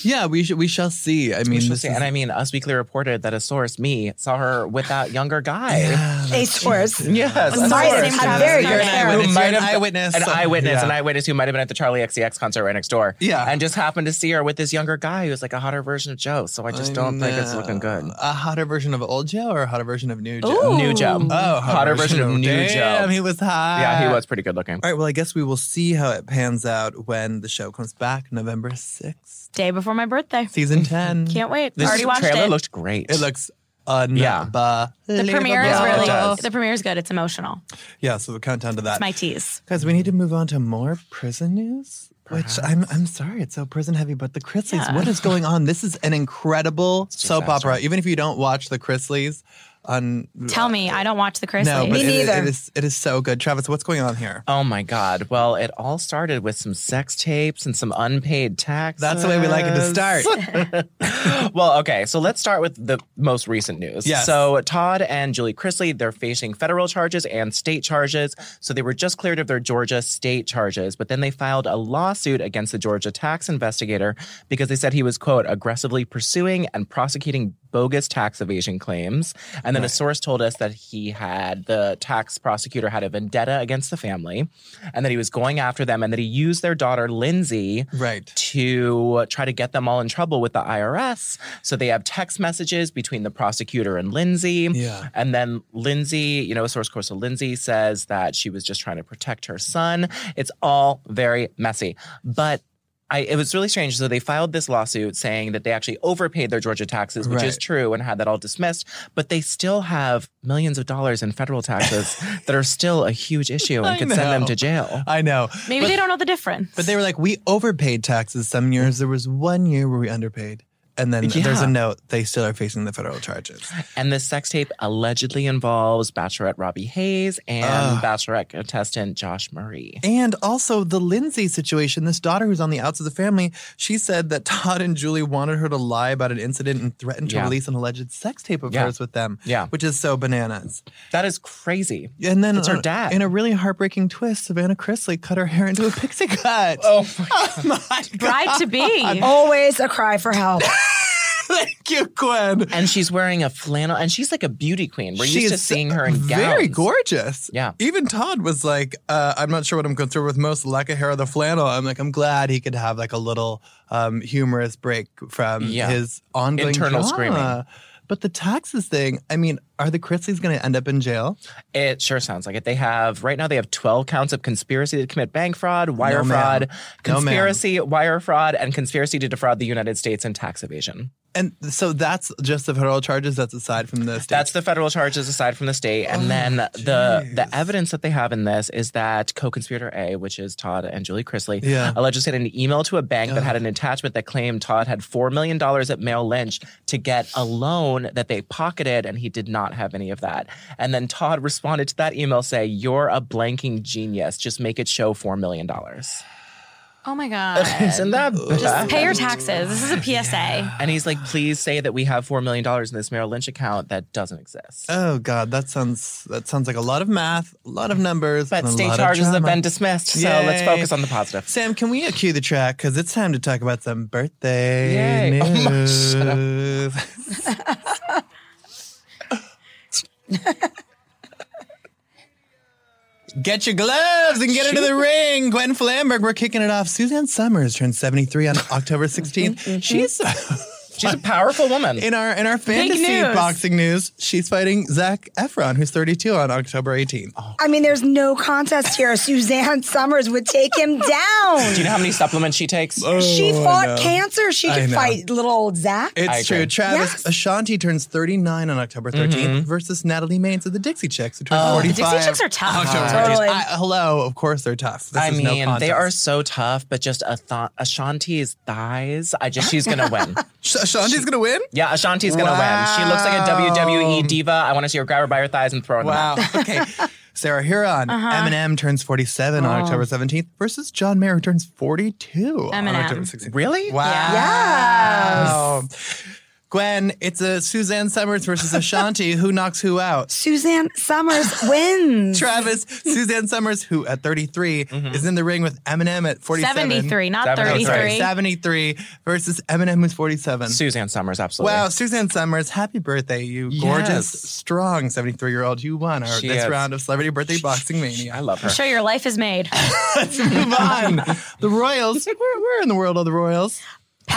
Speaker 3: yeah, we, sh- we shall see. I mean,
Speaker 5: We shall
Speaker 3: this
Speaker 5: see.
Speaker 3: is-
Speaker 5: and I mean, Us Weekly reported that a source, me, saw her with that younger guy.
Speaker 6: A source.
Speaker 5: Yes,
Speaker 4: I'm
Speaker 5: a
Speaker 4: sorry,
Speaker 5: source.
Speaker 4: same Travis Very Scott. good.
Speaker 5: You're an eyewitness.
Speaker 3: Who
Speaker 5: You're
Speaker 3: might
Speaker 5: an
Speaker 3: have-
Speaker 5: eyewitness. An eyewitness.
Speaker 3: Yeah.
Speaker 5: An eyewitness who might have been at the Charlie XCX concert right next door.
Speaker 3: Yeah.
Speaker 5: And just happened to see her with this younger guy who's like a hotter version of Joe. So I just don't think it's looking good.
Speaker 3: a hotter version of old Joe or a hotter version of new Joe?
Speaker 5: New Joe.
Speaker 3: Oh,
Speaker 5: hotter version of New
Speaker 3: Damn,
Speaker 5: Joe.
Speaker 3: he was hot.
Speaker 5: Yeah, he was pretty good looking.
Speaker 3: All right, well, I guess we will see how it pans out when the show comes back November 6th,
Speaker 4: Day before my birthday.
Speaker 5: Mm-hmm.
Speaker 3: season 10.
Speaker 4: Can't wait.
Speaker 5: This
Speaker 4: Already watched
Speaker 5: trailer
Speaker 4: it.
Speaker 5: looked great.
Speaker 3: It looks unbelievable.
Speaker 4: the premiere
Speaker 5: Yeah, it
Speaker 4: is really
Speaker 5: does.
Speaker 4: the premiere is good. It's emotional.
Speaker 3: Yeah, so we'll count down to that.
Speaker 4: It's my tease.
Speaker 3: Guys, we need to move on to more prison news. Which I'm I'm sorry, it's so prison heavy, but the Chrisleys,
Speaker 4: Yeah.
Speaker 3: what is going on? This is an incredible soap
Speaker 5: disaster.
Speaker 3: opera. Even if you don't watch the Chrisleys on
Speaker 4: Tell me, I don't watch the Chrisleys.
Speaker 3: No, but
Speaker 6: Me
Speaker 3: it- it-
Speaker 6: neither.
Speaker 3: it is it is so good. Travis, what's going on here?
Speaker 5: Oh my God. Well, it all started with some sex tapes and some unpaid taxes.
Speaker 3: That's the way we like it to start.
Speaker 5: well, okay. So let's start with the most recent news.
Speaker 3: Yes.
Speaker 5: So Todd and Julie Chrisley, they're facing federal charges and state charges. So they were just cleared of their Georgia state charges, but then they filed a lawsuit against the Georgia tax investigator because they said he was, quote, aggressively pursuing and prosecuting bogus tax evasion claims. And then a source told us that he had the tax prosecutor had a vendetta against the family and that he was going after them and that he used their daughter Lindsay
Speaker 3: right.
Speaker 5: to try to get them all in trouble with the IRS. So they have text messages between the prosecutor and Lindsay.
Speaker 3: Yeah.
Speaker 5: And then Lindsay, you know, source course of Lindsay says that she was just trying to protect her son. It's all very messy. But I, it was really strange. So they filed this lawsuit saying that they actually overpaid their Georgia taxes, which is
Speaker 3: Right.
Speaker 5: true, and had that all dismissed. But they still have millions of dollars in federal taxes that are still a huge issue
Speaker 3: I
Speaker 5: and could send them
Speaker 3: know.
Speaker 5: to jail.
Speaker 3: I know.
Speaker 4: Maybe they don't know the difference.
Speaker 3: But they were like, we overpaid taxes some years. There was one year where we underpaid. And then there's a
Speaker 5: Yeah.
Speaker 3: note, they still are facing the federal charges.
Speaker 5: And this sex tape allegedly involves Bachelorette Robbie Hayes and
Speaker 3: Ugh.
Speaker 5: Bachelorette contestant Josh Murray.
Speaker 3: And also the Lindsay situation, this daughter who's on the outs of the family, she said that Todd and Julie wanted her to lie about an incident and threatened to
Speaker 5: Yeah.
Speaker 3: release an alleged sex tape of
Speaker 5: Yeah.
Speaker 3: hers with them.
Speaker 5: Yeah.
Speaker 3: Which is so bananas.
Speaker 5: That is crazy.
Speaker 3: And then
Speaker 5: That's her
Speaker 3: uh,
Speaker 5: dad.
Speaker 3: in a really heartbreaking twist, Savannah Chrisley cut her hair into a pixie cut.
Speaker 5: Oh my
Speaker 3: my
Speaker 4: Bride to be.
Speaker 6: Always a cry for help.
Speaker 3: Thank you, Gwen.
Speaker 5: And she's wearing a flannel, and she's like a beauty queen. We're
Speaker 3: She
Speaker 5: used to
Speaker 3: is
Speaker 5: seeing her in gowns.
Speaker 3: Very gorgeous.
Speaker 5: Yeah.
Speaker 3: Even Todd was like, uh, I'm not sure what I'm concerned with most, the lack of hair or the flannel. I'm like, I'm glad he could have like a little um, humorous break from
Speaker 5: Yeah.
Speaker 3: his ongoing
Speaker 5: Internal
Speaker 3: drama.
Speaker 5: screaming.
Speaker 3: But the taxes thing, I mean, are the Chrisleys going to end up in jail?
Speaker 5: It sure sounds like it. They have right now. They have twelve counts of conspiracy to commit bank fraud, wire
Speaker 3: ma'am.
Speaker 5: fraud,
Speaker 3: No, ma'am.
Speaker 5: conspiracy, wire fraud, and conspiracy to defraud the United States and tax evasion.
Speaker 3: And so that's just the federal charges. That's aside from the state.
Speaker 5: That's the federal charges aside from the state. And then the the evidence that they have in this is that co-conspirator A, which is Todd and Julie Chrisley,
Speaker 3: Yeah.
Speaker 5: allegedly sent an email to a bank that had an attachment that claimed Todd had four million dollars at Merrill Lynch to get a loan that they pocketed, and he did not have any of that. And then Todd responded to that email saying, You're a blanking genius. Just make it show four million dollars.
Speaker 4: Oh my God.
Speaker 5: Isn't that
Speaker 4: Just
Speaker 5: bad?
Speaker 4: pay your taxes. This is a PSA.
Speaker 5: and he's like, please say that we have four million dollars in this Merrill Lynch account that doesn't exist.
Speaker 3: Oh God, that sounds that sounds like a lot of math, a lot of numbers,
Speaker 5: But
Speaker 3: and a lot
Speaker 5: state
Speaker 3: of
Speaker 5: charges have
Speaker 3: drama.
Speaker 5: been dismissed, so let's
Speaker 3: Yay.
Speaker 5: focus on the positive.
Speaker 3: Sam, can we cue the track? Because it's time to talk about some birthday
Speaker 5: Yay. Oh my-
Speaker 3: news.
Speaker 5: shut
Speaker 3: Get your gloves and get into the ring. Gwen Flamberg, we're kicking it off. Suzanne Summers turned 73 on October 16th. She's
Speaker 5: She's a powerful woman.
Speaker 3: in our in our fantasy
Speaker 4: news.
Speaker 3: boxing news. She's fighting Zach Efron, who's 32 on October 18th.
Speaker 6: I mean, there's no contest here. Suzanne Summers would take him down.
Speaker 5: Do you know how many supplements she takes?
Speaker 6: she
Speaker 3: Oh,
Speaker 6: fought
Speaker 3: no.
Speaker 6: cancer. She
Speaker 3: I
Speaker 6: could
Speaker 3: know.
Speaker 6: fight little old Zach.
Speaker 5: I
Speaker 3: It's
Speaker 5: agree. Mm-hmm.
Speaker 3: true. Travis
Speaker 6: Yes.
Speaker 3: Ashanti turns 39 on October 13th versus Natalie Maines of the Dixie Chicks, who turns 45.
Speaker 4: Oh, The Dixie Chicks are tough.
Speaker 3: October
Speaker 6: Totally.
Speaker 3: 13th. I, hello, of course they're tough. This
Speaker 5: I
Speaker 3: is
Speaker 5: mean,
Speaker 3: no
Speaker 5: they are
Speaker 3: contest.
Speaker 5: so tough, but just a th- Ashanti's thighs. I just she's gonna win.
Speaker 3: Sh- Ashanti's gonna win.
Speaker 5: Yeah, Ashanti's gonna win. She looks like a WWE
Speaker 3: Wow.
Speaker 5: diva. I want to see her grab her by her thighs and throw her. in the mat.
Speaker 3: Wow. okay. Sarah Huron,
Speaker 4: Uh-huh.
Speaker 3: Eminem turns 47
Speaker 4: Oh.
Speaker 3: on October 17th versus John Mayer, who turns 42 on
Speaker 4: Eminem.
Speaker 3: October 16th.
Speaker 5: Really?
Speaker 3: Wow.
Speaker 6: Yeah.
Speaker 3: Gwen, it's a Suzanne Summers versus Ashanti. who knocks who out?
Speaker 6: Suzanne Summers wins.
Speaker 3: Travis, Suzanne Summers, who at 33
Speaker 5: Mm-hmm.
Speaker 3: is in the ring with Eminem at 47.
Speaker 4: 73, not
Speaker 5: 73.
Speaker 4: 33.
Speaker 3: 73 versus Eminem, who's 47.
Speaker 5: Suzanne Summers, absolutely.
Speaker 3: Wow, Suzanne Summers, happy birthday, you gorgeous,
Speaker 5: Yes.
Speaker 3: strong 73 year old. You won our,
Speaker 5: She
Speaker 3: this
Speaker 5: is.
Speaker 3: round of Celebrity Birthday Boxing Mania.
Speaker 5: I love her.
Speaker 4: Sure, your life is made.
Speaker 3: Move on. The Royals, we're, we're in the world of the Royals.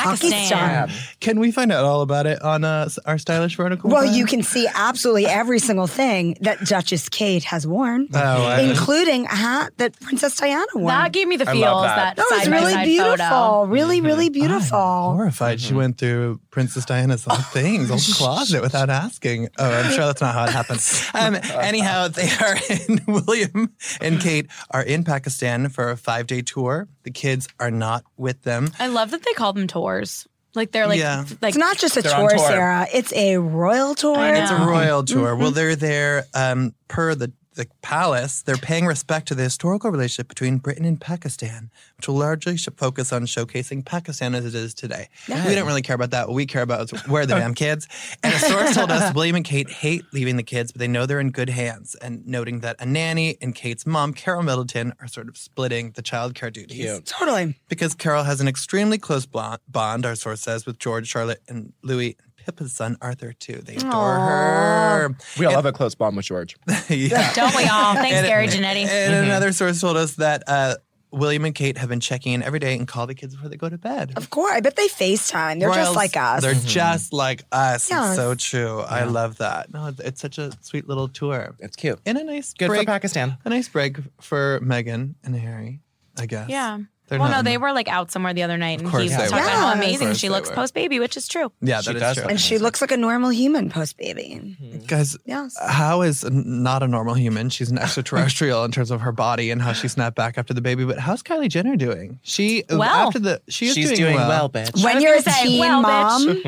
Speaker 4: Pakistan.
Speaker 3: Can we find out all about it on uh, s- our stylish vertical?
Speaker 6: Well,
Speaker 3: plan?
Speaker 6: you can see absolutely every single thing that Duchess Kate has worn,
Speaker 3: Oh, I-
Speaker 6: including a hat that Princess Diana wore.
Speaker 4: That gave me the
Speaker 5: love
Speaker 4: feels.
Speaker 5: that.
Speaker 4: That,
Speaker 6: that was
Speaker 4: side by
Speaker 6: really
Speaker 4: side
Speaker 6: beautiful.
Speaker 4: photo.
Speaker 6: Really,
Speaker 3: Mm-hmm.
Speaker 6: really beautiful.
Speaker 3: Horrified, she went through Princess Diana's whole things, whole closet without asking. Oh, I'm sure that's not how it happened. Um, anyhow, they are in William and Kate are in Pakistan for a five day tour. The kids are not with them.
Speaker 4: I love that they call them tours. Like they're like
Speaker 3: Yeah.
Speaker 4: like
Speaker 6: It's not just a
Speaker 5: They're on
Speaker 6: tour,
Speaker 5: tour.
Speaker 6: Sarah. It's a royal tour.
Speaker 4: I know.
Speaker 3: It's a
Speaker 4: Oh.
Speaker 3: royal tour. Well, they're there um, per the, the palace. They're paying respect to the historical relationship between Britain and Pakistan, which will largely sh- focus on showcasing Pakistan as it is today. We don't really care about that. What we care about is where are the damn kids. And a source told us William and Kate hate leaving the kids, but they know they're in good hands. And noting that a nanny and Kate's mom, Carol Middleton, are sort of splitting the childcare duties
Speaker 6: Totally.
Speaker 3: because Carol has an extremely close blon- bond, our source says, with George, Charlotte, and Louis, and Pippa's son, Arthur, too. They adore her.
Speaker 5: We all have a close bond with George.
Speaker 3: yeah.
Speaker 4: don't we all? Thanks, Gary Janetti.
Speaker 3: And another
Speaker 5: Mm-hmm.
Speaker 3: source told us that uh, William and Kate have been checking in every day and call the kids before they go to bed.
Speaker 6: Of course. I bet they FaceTime. They're
Speaker 3: Royals,
Speaker 6: just like us.
Speaker 3: They're
Speaker 5: Mm-hmm.
Speaker 3: just like us. It's
Speaker 6: Yes.
Speaker 3: so true. I love that. No, it's- it's such a sweet little tour.
Speaker 5: It's cute.
Speaker 3: And a nice
Speaker 5: Good for
Speaker 3: break.
Speaker 5: Pakistan.
Speaker 3: a nice break for Meghan and Harry, I guess.
Speaker 4: Yeah.
Speaker 3: They're
Speaker 4: well,
Speaker 3: not
Speaker 4: no,
Speaker 3: in
Speaker 4: they
Speaker 3: the-
Speaker 4: were like out somewhere the other night, and
Speaker 3: course
Speaker 4: he was
Speaker 3: they
Speaker 4: talking
Speaker 3: were.
Speaker 4: about how
Speaker 6: Yes.
Speaker 4: amazing
Speaker 3: Of course
Speaker 4: she
Speaker 3: they
Speaker 4: looks
Speaker 3: were.
Speaker 4: post baby, which is true.
Speaker 3: Yeah,
Speaker 5: She
Speaker 3: that is
Speaker 5: does
Speaker 3: true.
Speaker 5: look
Speaker 6: and she looks like a normal human post baby.
Speaker 3: Guys,
Speaker 6: Yes.
Speaker 3: how is n- not a normal human? She's an extraterrestrial in terms of her body and how she snapped back after the baby. But how's Kylie Jenner doing? She
Speaker 4: Well.
Speaker 3: after the she is
Speaker 5: She's doing, well, bitch.
Speaker 6: when
Speaker 4: was
Speaker 6: you're a
Speaker 4: gonna say,
Speaker 6: teen
Speaker 4: well,
Speaker 6: mom,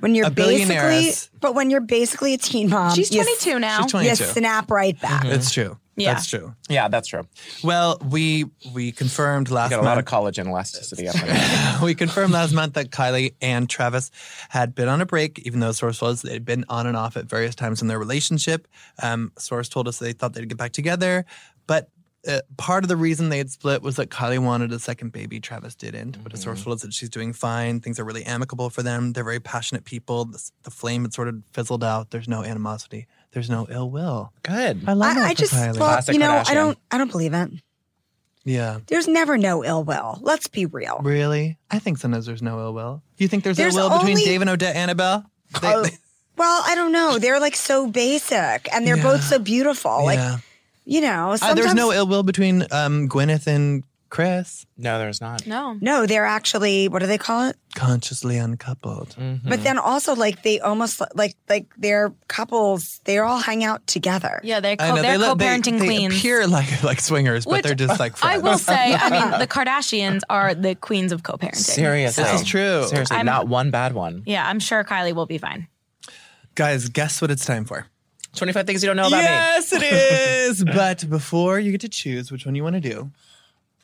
Speaker 6: when you're
Speaker 3: A
Speaker 6: basically,
Speaker 3: billionaireess.
Speaker 6: but when you're basically a teen mom,
Speaker 4: She's
Speaker 6: you
Speaker 4: 22 now.
Speaker 3: She's 22.
Speaker 6: You snap right back.
Speaker 3: It's true.
Speaker 4: Yeah.
Speaker 3: That's true.
Speaker 5: Yeah, that's true.
Speaker 3: Mm. Well, we we confirmed last
Speaker 5: Got a
Speaker 3: month.
Speaker 5: lot of collagen elasticity up there.
Speaker 3: we confirmed last month that Kylie and Travis had been on a break, even though source told us they'd been on and off at various times in their relationship. Um, source told us they thought they'd get back together, but uh, part of the reason they had split was that Kylie wanted a second baby, Travis didn't. But a source told us that she's doing fine. Things are really amicable for them. They're very passionate people. The, s- the flame had sort of fizzled out. There's no animosity. There's no ill will.
Speaker 5: Good.
Speaker 3: I love that
Speaker 6: I, I
Speaker 3: for
Speaker 6: just,
Speaker 3: Kylie.
Speaker 6: well,
Speaker 5: Classic
Speaker 6: you know,
Speaker 5: Kardashian.
Speaker 6: I don't, I don't believe it.
Speaker 3: yeah.
Speaker 6: There's never no ill will. Let's be real.
Speaker 3: Really? I think sometimes there's no ill will. You think there's,
Speaker 6: There's
Speaker 3: ill will between
Speaker 6: only-
Speaker 3: Dave and Odette Annabelle? They-
Speaker 6: Oh,
Speaker 3: they-
Speaker 6: well, I don't know. They're like so basic, and they're
Speaker 3: Yeah.
Speaker 6: both so beautiful. Like you know,
Speaker 3: Uh,
Speaker 6: sometimes
Speaker 3: there's no ill will between um, Gwyneth and Chris.
Speaker 5: No, there's not.
Speaker 4: No.
Speaker 6: No, they're actually what do they call it?
Speaker 3: Consciously uncoupled.
Speaker 5: Mm.
Speaker 6: But then also like they almost like like they're couples. They all hang out together.
Speaker 4: Yeah, Oh, they're,
Speaker 3: I
Speaker 4: co-
Speaker 3: know,
Speaker 4: they're
Speaker 3: look-
Speaker 4: co-parenting
Speaker 3: they
Speaker 4: queens.
Speaker 3: appear like like swingers, but
Speaker 4: Which
Speaker 3: they're just like
Speaker 4: I
Speaker 3: friends.
Speaker 4: will say, I mean, the Kardashians are the queens of co-parenting.
Speaker 5: Seriously.
Speaker 3: This is true.
Speaker 5: Seriously,
Speaker 4: I'm-
Speaker 5: not one bad one.
Speaker 4: Yeah, I'm sure Kylie will be fine.
Speaker 3: Guys, guess what it's time for?
Speaker 5: 25 things you don't know about me.
Speaker 3: yes, it is. But before you get to choose which one you want to do,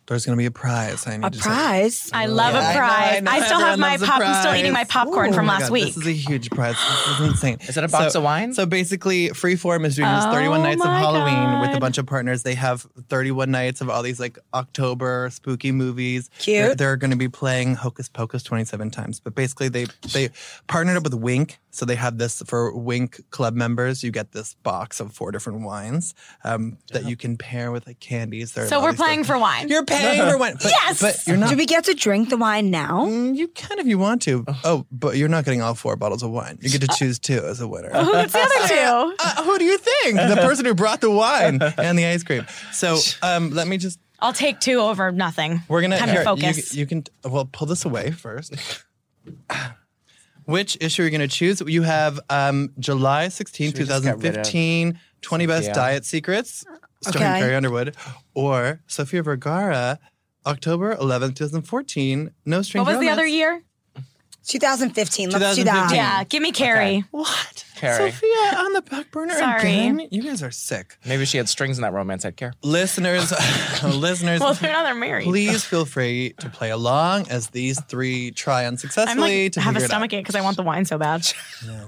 Speaker 3: there's going to be a prize. I need
Speaker 6: A
Speaker 3: to say.
Speaker 6: prize.
Speaker 4: I love
Speaker 3: Yeah, I
Speaker 4: a
Speaker 3: know,
Speaker 4: prize. I,
Speaker 3: I know.
Speaker 4: still have
Speaker 3: Everyone
Speaker 4: my
Speaker 3: loves a
Speaker 4: pop. I'm still
Speaker 3: prize.
Speaker 4: eating my popcorn
Speaker 3: Oh
Speaker 4: from
Speaker 3: my
Speaker 4: last
Speaker 3: God,
Speaker 4: week.
Speaker 3: This is a huge prize. This is insane.
Speaker 5: Is it a box
Speaker 3: So-
Speaker 5: of wine?
Speaker 3: So basically, Freeform is doing this
Speaker 4: Oh
Speaker 3: 31 nights of
Speaker 4: my
Speaker 3: Halloween with a
Speaker 4: God.
Speaker 3: bunch of partners. They have 31 nights of all these like October spooky movies.
Speaker 6: Cute.
Speaker 3: They're, going to be playing Hocus Pocus 27 times. But basically, they they partnered up with Wink. So they have this for Wink club members. You get this box of four different wines um, that you can pair with like candies. There are
Speaker 4: so
Speaker 3: all
Speaker 4: we're
Speaker 3: these
Speaker 4: playing
Speaker 3: different-
Speaker 4: for wine.
Speaker 3: You're paying for wine. But,
Speaker 4: Yes!
Speaker 3: But you're not
Speaker 6: Do we get to drink the wine now?
Speaker 3: Mm, you can if you want to. Oh, but you're not getting all four bottles of wine. You get to choose two as a winner.
Speaker 5: Uh-huh.
Speaker 4: Who's the other two?
Speaker 3: Uh, who do you think? The person who brought the wine and the ice cream. So um, let me just.
Speaker 4: I'll take two over nothing.
Speaker 3: We're gonna
Speaker 4: Time to
Speaker 3: here,
Speaker 4: focus.
Speaker 3: You, you can well pull this away first. Which issue are you gonna choose? You have um, July 16,
Speaker 5: Should we just get rid of-
Speaker 3: 2015, 20 Best
Speaker 5: Yeah.
Speaker 3: Diet Secrets, starring
Speaker 6: Okay.
Speaker 3: Carrie Underwood, or Sofia Vergara, October 11th, 2014, No String
Speaker 4: what was the other year?
Speaker 6: 2015. Let's do
Speaker 3: 2015.
Speaker 6: that.
Speaker 4: Yeah, give me Carrie.
Speaker 3: What?
Speaker 5: Carrie.
Speaker 3: Sophia on the back burner
Speaker 4: Sorry.
Speaker 3: again? You guys are sick.
Speaker 5: Maybe she had strings in that romance. I'd care.
Speaker 3: Listeners, listeners,
Speaker 4: Well, they're not they're married.
Speaker 3: please feel free to play along as these three try unsuccessfully
Speaker 4: I'm like
Speaker 3: to
Speaker 4: have a
Speaker 3: figure it out.
Speaker 4: stomach ache because I want the wine so bad.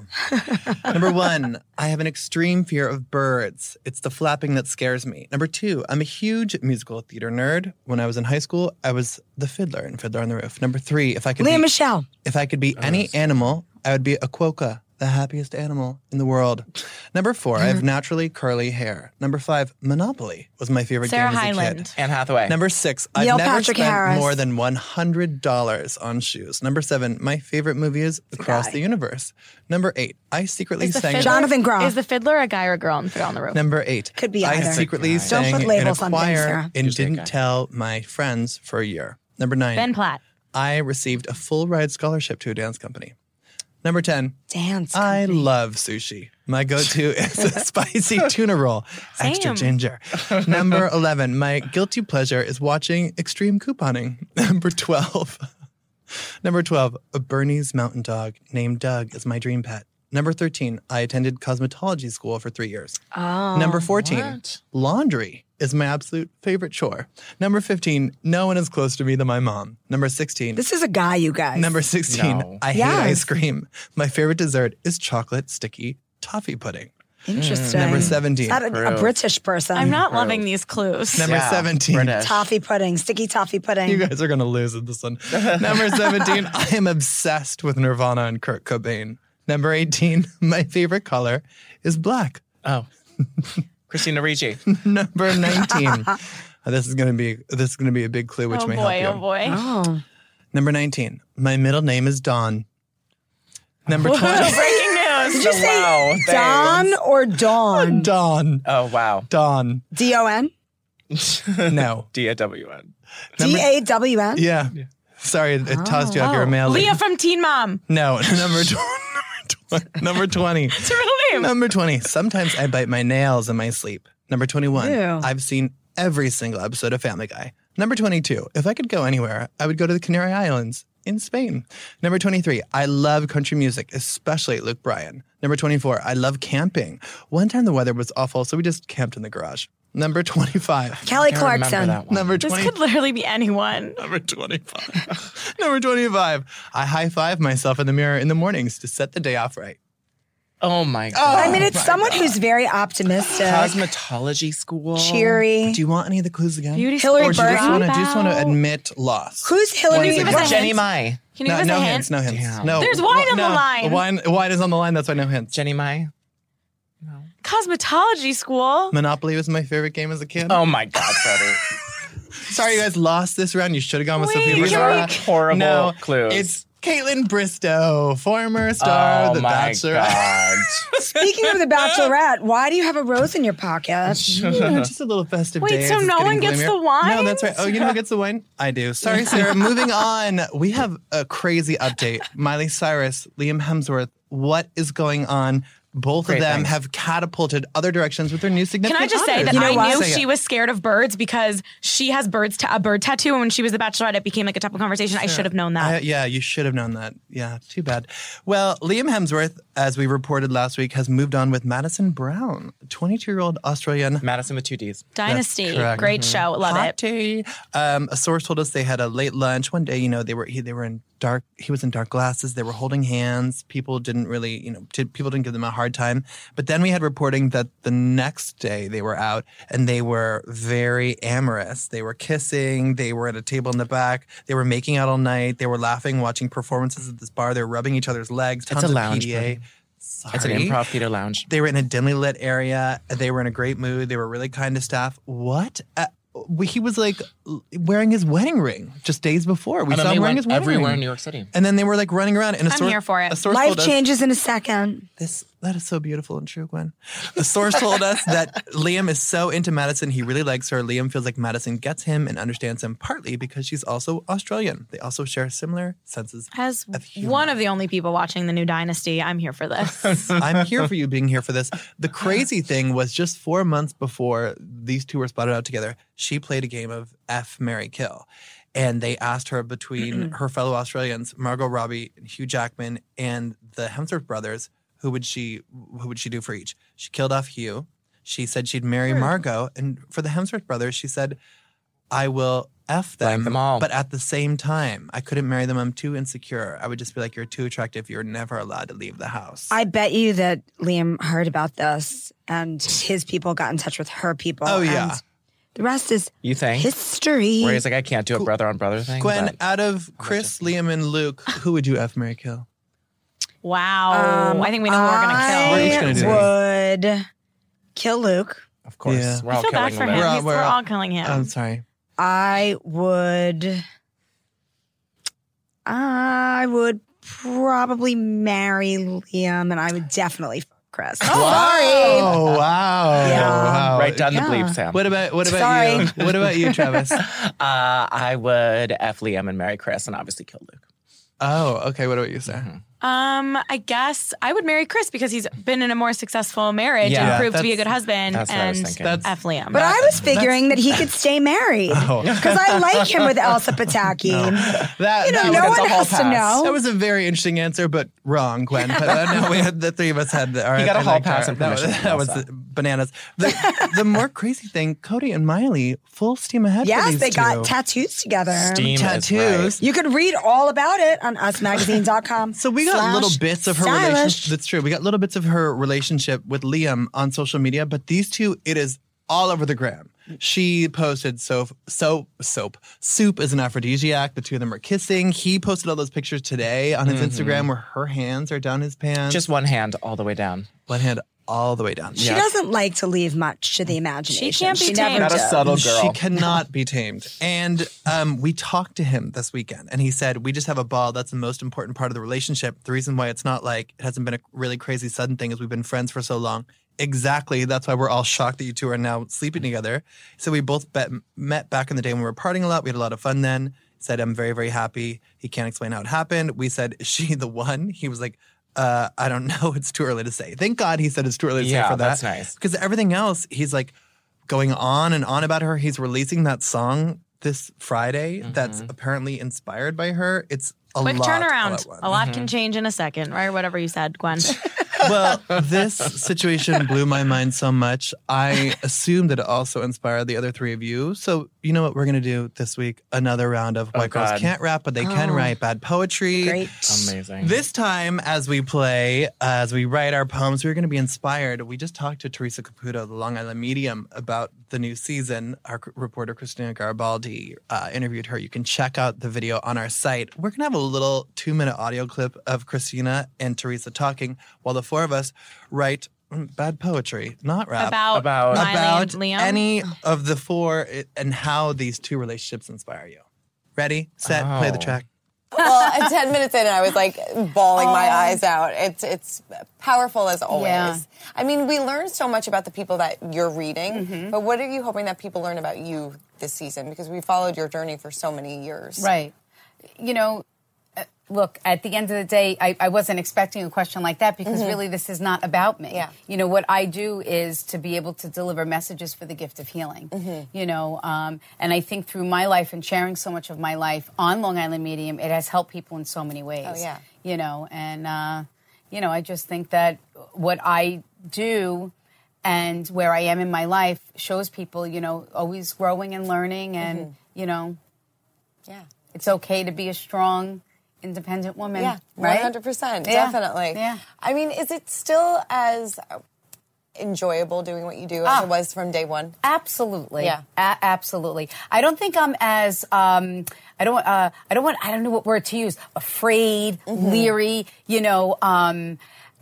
Speaker 3: Number one, I have an extreme fear of birds. It's the flapping that scares me. Number two, I'm a huge musical theater nerd. When I was in high school, I was the fiddler in Fiddler on the Roof. Number three, if I could
Speaker 6: Leah
Speaker 3: be,
Speaker 6: Michelle.
Speaker 3: if I could be any animal, I would be a quokka, the happiest animal in the world. Number four, I
Speaker 6: Mm-hmm.
Speaker 3: have naturally curly hair. Number five, Monopoly was my favorite
Speaker 4: Sarah
Speaker 3: game as a
Speaker 4: Hyland.
Speaker 3: kid.
Speaker 5: Anne Hathaway.
Speaker 3: Number six, I've
Speaker 6: Neil
Speaker 3: never
Speaker 6: Patrick
Speaker 3: spent
Speaker 6: Harris.
Speaker 3: more than one hundred dollars on shoes. Number seven, my favorite movie is Across the Universe. Number eight, I secretly
Speaker 4: Is the
Speaker 3: sang.
Speaker 4: fiddler-
Speaker 6: Jonathan Groff.
Speaker 4: Is the fiddler a guy or a girl in Fiddler on the Roof?
Speaker 3: Number eight,
Speaker 6: Could be
Speaker 3: I
Speaker 6: either.
Speaker 3: secretly
Speaker 6: Don't
Speaker 3: sang
Speaker 6: put
Speaker 3: in a
Speaker 6: labels on things,
Speaker 3: choir
Speaker 6: Sarah.
Speaker 3: and
Speaker 5: Just say
Speaker 3: didn't
Speaker 5: guy.
Speaker 3: tell my friends for a year. Number nine,
Speaker 4: ben Platt.
Speaker 3: I received a full ride scholarship to a dance company. Number ten,
Speaker 6: Dance.
Speaker 3: I love sushi. My go to is a spicy tuna roll, extra
Speaker 4: Same.
Speaker 3: ginger. Number 11, my guilty pleasure is watching extreme couponing. Number 12, number 12, a Bernese mountain dog named Doug is my dream pet. Number 13, I attended cosmetology school for three years.
Speaker 4: Oh.
Speaker 3: Number 14, laundry is my absolute favorite chore. Number 15, no one is close to me than my mom. Number 16,
Speaker 6: This is a guy, you guys.
Speaker 3: Number 16,
Speaker 5: No.
Speaker 3: I
Speaker 6: Yes.
Speaker 3: hate ice cream. My favorite dessert is chocolate sticky toffee pudding.
Speaker 6: Interesting.
Speaker 3: Number 17.
Speaker 6: Is that a, a
Speaker 5: Approved.
Speaker 6: British person?
Speaker 4: I'm not loving these clues.
Speaker 3: Number
Speaker 5: Yeah,
Speaker 3: 17.
Speaker 5: British.
Speaker 6: Toffee pudding, sticky toffee pudding.
Speaker 3: You guys are going to lose in this one. Number 17, I am obsessed with Nirvana and Kurt Cobain. Number 18, my favorite color is black.
Speaker 5: Oh. Christina Ricci.
Speaker 3: Number 19. This is gonna be this is gonna be a big clue, which
Speaker 4: oh
Speaker 3: may
Speaker 4: boy,
Speaker 3: help
Speaker 4: oh
Speaker 3: you.
Speaker 4: boy.
Speaker 6: oh.
Speaker 3: Number 19. My middle name is Dawn. Number 20.
Speaker 4: Breaking news.
Speaker 6: Did you say
Speaker 5: Wow, thanks.
Speaker 6: Don or Dawn?
Speaker 3: Dawn.
Speaker 5: Oh, wow.
Speaker 3: Dawn.
Speaker 6: D O N?
Speaker 3: No.
Speaker 5: D-A-W-N.
Speaker 6: D A W N?
Speaker 3: Yeah. Sorry, it, it tossed you off your mail.
Speaker 4: Oh, Leah from Teen Mom.
Speaker 3: No, number tw- number twenty.
Speaker 4: It's her real name.
Speaker 3: Number twenty. Sometimes I bite my nails in my sleep. Number twenty-one.
Speaker 6: Ew.
Speaker 3: I've seen every single episode of Family Guy. Number twenty-two. If I could go anywhere, I would go to the Canary Islands in Spain. Number twenty-three. I love country music, especially Luke Bryan. Number twenty-four. I love camping. One time the weather was awful, so we just camped in the garage. Number twenty-five.
Speaker 5: I
Speaker 6: Kelly
Speaker 5: remember
Speaker 6: Clarkson.
Speaker 5: that one.
Speaker 3: Number
Speaker 4: This
Speaker 3: twenty.
Speaker 4: could literally be anyone.
Speaker 3: Number 25. Number 25. I high five myself in the mirror in the mornings to set the day off right.
Speaker 5: Oh, my God.
Speaker 6: I mean, it's someone who's very optimistic,
Speaker 5: Cosmetology school.
Speaker 6: cheery.
Speaker 3: Do you want any of the clues again?
Speaker 4: Beauty
Speaker 6: Hillary
Speaker 3: or do you just
Speaker 6: Burton.
Speaker 3: want to do you just want to admit loss?
Speaker 6: Who's
Speaker 5: What
Speaker 6: Hillary?
Speaker 5: is it?
Speaker 4: give us a
Speaker 5: Jenny
Speaker 4: hint?
Speaker 5: Mai.
Speaker 4: Can you
Speaker 3: No,
Speaker 4: give us
Speaker 3: no
Speaker 4: a
Speaker 3: hints,
Speaker 4: hint?
Speaker 3: no hints.
Speaker 5: Damn.
Speaker 3: No.
Speaker 4: There's wine on the
Speaker 3: no.
Speaker 4: line.
Speaker 3: Wine, wine is on the line. That's why no hints.
Speaker 5: Jenny Mai.
Speaker 4: Cosmetology school.
Speaker 3: Monopoly was my favorite game as a kid.
Speaker 5: Oh, my God, Freddie.
Speaker 3: Sorry, you guys lost this round. You should have gone with
Speaker 4: Wait,
Speaker 3: Sophia
Speaker 4: can
Speaker 5: These
Speaker 3: Vergara.
Speaker 5: are horrible
Speaker 3: No,
Speaker 5: clues. Oh
Speaker 3: It's Caitlin Bristow, former star of The Bachelor.
Speaker 6: Speaking of the Bachelorette, why do you have a rose in your pocket?
Speaker 3: Just a little festive
Speaker 7: Wait,
Speaker 3: day.
Speaker 7: so
Speaker 3: It's
Speaker 7: no
Speaker 3: getting
Speaker 7: one gets
Speaker 3: gloomier.
Speaker 7: the wine?
Speaker 3: No, that's right. Oh, you know who gets the wine? I do. Sorry, Sarah. Moving on. We have a crazy update. Miley Cyrus, Liam Hemsworth. What is going on? Both of them have catapulted other directions with their new
Speaker 4: Can
Speaker 3: significant
Speaker 4: I just say
Speaker 3: others.
Speaker 4: that I knew
Speaker 3: Say
Speaker 4: she
Speaker 3: it.
Speaker 4: was scared of birds because she has birds ta- a bird tattoo, and when she was the Bachelorette, it became like a topic of conversation. I should have known that.
Speaker 3: I- yeah, you should have known that. Yeah, too bad. Well, Liam Hemsworth, as we reported last week, has moved on with Madison Brown, 22 year old Australian
Speaker 5: Madison with two D's.
Speaker 4: Dynasty,
Speaker 3: correct. Mm-hmm.
Speaker 4: great show, love
Speaker 3: Hot
Speaker 4: it.
Speaker 3: tea. Um, a source told us they had a late lunch one day. You know, they were he, they were in dark. He was in dark glasses. They were holding hands. People didn't really, you know, did, people didn't give them a hard time. But then we had reporting that the next day they were out and they were very amorous. They were kissing. They were at a table in the back. They were making out all night. They were laughing, watching performances at this bar. They were rubbing each other's legs. Tons
Speaker 5: a
Speaker 3: of
Speaker 5: lounge
Speaker 3: PDA.
Speaker 5: It's an
Speaker 3: Sorry
Speaker 5: improv theater lounge.
Speaker 3: they were in a dimly lit area. They were in a great mood. They were really kind to staff. What? Uh, we- he was like l- wearing his wedding ring just days before. We
Speaker 5: And
Speaker 3: saw
Speaker 5: then
Speaker 3: him
Speaker 5: they
Speaker 3: wearing
Speaker 5: went
Speaker 3: his wedding
Speaker 5: everywhere
Speaker 3: ring.
Speaker 5: in New York City.
Speaker 3: and then they were like running around. And a
Speaker 4: I'm
Speaker 3: source,
Speaker 4: here for it.
Speaker 3: A source
Speaker 6: Life
Speaker 3: told us-
Speaker 6: changes in a second.
Speaker 3: this that is so beautiful and true, Gwen. The source told us that Liam is so into Madison, he really likes her. Liam feels like Madison gets him and understands him partly because she's also Australian. They also share similar senses.
Speaker 4: As
Speaker 3: Of humor.
Speaker 4: one of the only people watching the new Dynasty, I'm here for this.
Speaker 3: I'm here for you being here for this. The crazy thing was just four months before these two were spotted out together, she played a game of F Mary Kill. And they asked her between her fellow Australians, Margot Robbie, Hugh Jackman, and the Hemsworth brothers, who would she who would she do for each? She killed off Hugh. She said she'd marry Margot. And for the Hemsworth brothers, she said, I will F them,
Speaker 5: them all.
Speaker 3: but at the same time, I couldn't marry them. I'm too insecure. I would just be like, You're too attractive. You're never allowed to leave the house.
Speaker 6: I bet you that Liam heard about this and his people got in touch with her people.
Speaker 3: Oh, yeah.
Speaker 6: and the rest is
Speaker 5: You think?
Speaker 6: history.
Speaker 5: Where he's like, I can't do a brother on brother thing.
Speaker 3: Gwen,
Speaker 5: but-
Speaker 3: out of Chris, Liam, and Luke, who would you F Mary kill?
Speaker 4: wow,
Speaker 6: Um,
Speaker 4: Oh, I think we know who we're gonna kill.
Speaker 3: We're each gonna do
Speaker 6: I would kill Luke.
Speaker 5: of course.
Speaker 3: Yeah.
Speaker 5: We're
Speaker 4: I
Speaker 5: all
Speaker 4: feel bad
Speaker 5: killing
Speaker 4: for
Speaker 5: them.
Speaker 4: him.
Speaker 3: We're all-
Speaker 4: He's-
Speaker 3: we're
Speaker 4: We're
Speaker 3: all-
Speaker 4: all killing him.
Speaker 3: Oh, I'm sorry.
Speaker 6: I would. I would probably marry Liam, and I would definitely fuck Chris. Oh, sorry.
Speaker 3: Oh wow!
Speaker 6: Yeah.
Speaker 3: Wow.
Speaker 5: Right down
Speaker 6: Yeah.
Speaker 5: the bleep, Sam.
Speaker 3: What about what about you? What about you, Travis?
Speaker 5: uh, I would F Liam and marry Chris and obviously kill Luke.
Speaker 3: Oh, okay. What about you,
Speaker 5: Mm-hmm.
Speaker 3: Sarah?
Speaker 4: Um, I guess I would marry Chris because he's been in a more successful marriage
Speaker 5: Yeah.
Speaker 4: and
Speaker 5: Yeah,
Speaker 4: proved to be a
Speaker 3: that's-
Speaker 4: good husband.
Speaker 5: that's what I was
Speaker 4: and
Speaker 5: thinking. That's-
Speaker 4: F Liam.
Speaker 6: But I was figuring that he could stay married because I like him with Elsa Pataki.
Speaker 3: That
Speaker 6: You know,
Speaker 3: that
Speaker 6: no
Speaker 3: was,
Speaker 6: one
Speaker 5: whole
Speaker 6: has to
Speaker 5: pass.
Speaker 6: know.
Speaker 3: that was a very interesting answer, but wrong, Gwen. But uh, no, we had, the three of us had. The, all right,
Speaker 5: got a
Speaker 3: I
Speaker 5: hall
Speaker 3: liked
Speaker 5: pass
Speaker 3: our-
Speaker 5: and
Speaker 3: That was,
Speaker 5: permission
Speaker 3: that
Speaker 5: from
Speaker 3: was
Speaker 5: Elsa.
Speaker 3: bananas. The, the more crazy thing, Cody and Miley, full steam ahead. for
Speaker 6: yes,
Speaker 3: these
Speaker 6: they
Speaker 3: two.
Speaker 6: got tattoos together.
Speaker 5: Steam
Speaker 3: tattoos.
Speaker 5: Is right.
Speaker 6: You could read all about it on usmagazine.com.
Speaker 3: So we got
Speaker 6: slash
Speaker 3: little bits of her
Speaker 6: stylish.
Speaker 3: relationship. That's true. We got little bits of her relationship with Liam on social media, but these two, it is all over the gram. She posted soap, soap, soap. Soup is an aphrodisiac. The two of them are kissing. He posted all those pictures today on his Instagram where her hands are down his pants.
Speaker 5: Just one hand all the way down.
Speaker 3: one hand all the way down.
Speaker 6: She doesn't like to leave much to the imagination.
Speaker 4: can't be
Speaker 6: never
Speaker 4: tamed. Not a
Speaker 6: did.
Speaker 5: subtle
Speaker 3: She cannot be tamed. And um, we talked to him this weekend, and he said, We just have a ball. That's the most important part of the relationship. The reason why it's not like it hasn't been a really crazy sudden thing is we've been friends for so long. Exactly. That's why we're all shocked that you two are now sleeping together. So we both bet, met back in the day when we were partying a lot. We had a lot of fun then. Said, I'm very, very happy. He can't explain how it happened. We said, Is she the one? He was like, uh, I don't know. It's too early to say. Thank God he said it's too early to
Speaker 5: Yeah,
Speaker 3: say for that.
Speaker 5: that's nice.
Speaker 3: Because everything else, he's like going on and on about her. He's releasing that song this Friday that's apparently inspired by her. It's a
Speaker 4: Quick
Speaker 3: lot. all
Speaker 4: turnaround.
Speaker 3: at once.
Speaker 4: A lot
Speaker 5: Mm-hmm.
Speaker 4: can change in a second, right? Whatever you said, Gwen.
Speaker 3: well, this situation blew my mind so much. I assume that it also inspired the other three of you. So you know what we're gonna do this week? Another round of White Girls
Speaker 5: God.
Speaker 3: Can't Rap, but they can
Speaker 4: Oh,
Speaker 3: write bad poetry.
Speaker 6: Great.
Speaker 5: Amazing.
Speaker 3: This time, as we play, as we write our poems, we're going to be inspired. We just talked to Teresa Caputo, the Long Island Medium, about the new season. Our c- reporter, Christina Garibaldi, uh, interviewed her. You can check out the video on our site. We're going to have a little two minute audio clip of Christina and Teresa talking while the four of us write mm, bad poetry, not rap.
Speaker 4: About,
Speaker 5: About-
Speaker 4: Miley
Speaker 3: about
Speaker 4: and Liam.
Speaker 3: any of the four i- and how these two relationships inspire you. Ready, set, play the
Speaker 5: Oh.
Speaker 3: track.
Speaker 7: well, at 10 minutes in, and I was like bawling my
Speaker 6: Oh.
Speaker 7: eyes out. It's, it's powerful as always.
Speaker 8: Yeah.
Speaker 7: I mean, we learn so much about the people that you're reading,
Speaker 8: Mm-hmm.
Speaker 7: but what are you hoping that people learn about you this season? Because we followed your journey for so many years.
Speaker 8: Right. You know, uh, look, at the end of the day, I, I wasn't expecting a question like that because really this is not about me.
Speaker 7: Mm-hmm. Yeah.
Speaker 8: You know, what I do is to be able to deliver messages for the gift of healing.
Speaker 7: Mm-hmm.
Speaker 8: You know, um, and I think through my life and sharing so much of my life on Long Island Medium, it has helped people in so many ways.
Speaker 7: Oh, yeah.
Speaker 8: You know, and, uh, you know, I just think that what I do and where I am in my life shows people, you know, always growing and learning and,
Speaker 4: Mm-hmm.
Speaker 8: you know,
Speaker 7: Yeah.
Speaker 8: it's okay to be a strong, independent woman.
Speaker 7: Yeah.
Speaker 8: right?
Speaker 7: 100%.
Speaker 8: Yeah.
Speaker 7: Definitely.
Speaker 8: Yeah.
Speaker 7: I mean, is it still as uh, enjoyable doing what you do as it was from day one?
Speaker 8: Ah. Absolutely.
Speaker 7: Yeah.
Speaker 8: A- absolutely. I don't think I'm as um, I don't uh, I don't want I don't know what word to use. Afraid, leery. You know. Um,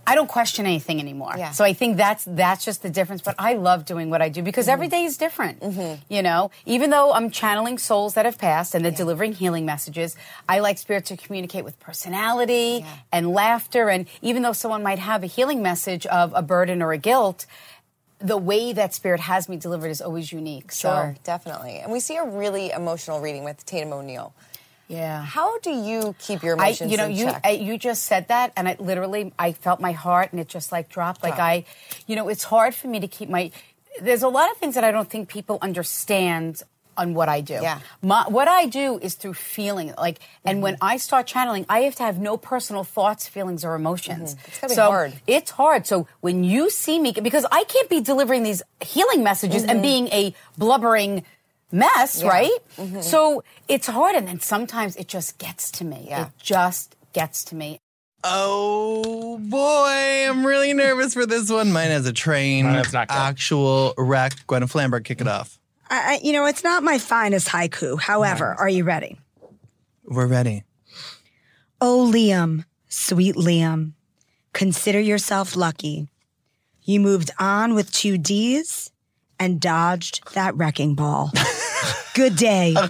Speaker 8: I don't question anything anymore.
Speaker 7: Yeah.
Speaker 8: So I think that's that's just the difference. But I love doing what I do because
Speaker 7: Mm-hmm.
Speaker 8: every day is different. You know, even though I'm channeling souls that have passed and they're delivering healing messages, I like spirit to communicate with personality and laughter. And even though someone might have a healing message of a burden or a guilt, the way that spirit has me delivered is always unique. So,
Speaker 7: Sure, definitely. And we see a really emotional reading with Tatum O'Neill.
Speaker 8: yeah.
Speaker 7: How do you keep your
Speaker 8: I,
Speaker 7: emotions
Speaker 8: you know,
Speaker 7: in
Speaker 8: you
Speaker 7: check?
Speaker 8: I, you just said that, and I literally I felt my heart, and it just like dropped. Like I, you know, it's hard for me to keep my. There's a lot of things that I don't think people understand on what I do.
Speaker 7: Yeah.
Speaker 8: My, what I do is through feeling, like, and when
Speaker 7: Mm-hmm.
Speaker 8: I start channeling, I have to have no personal thoughts, feelings, or emotions.
Speaker 7: Mm-hmm. It's gotta be
Speaker 8: so
Speaker 7: hard.
Speaker 8: It's hard. So when you see me, because I can't be delivering these healing messages
Speaker 7: Mm-hmm.
Speaker 8: and being a blubbering mess, right?
Speaker 7: Mm-hmm.
Speaker 8: So it's hard. And then sometimes it just gets to me.
Speaker 7: Yeah.
Speaker 8: It just gets to me.
Speaker 3: Oh boy, I'm really nervous for this one. Mine has a train.
Speaker 5: Mine is not good.
Speaker 3: Actual wreck. Gwen Flamberg, kick it off.
Speaker 6: I, I, you know, it's not my finest haiku. However, are you ready?
Speaker 3: We're ready.
Speaker 6: Oh, Liam, sweet Liam, consider yourself lucky. You moved on with two D's and dodged that wrecking ball. Good day.
Speaker 4: I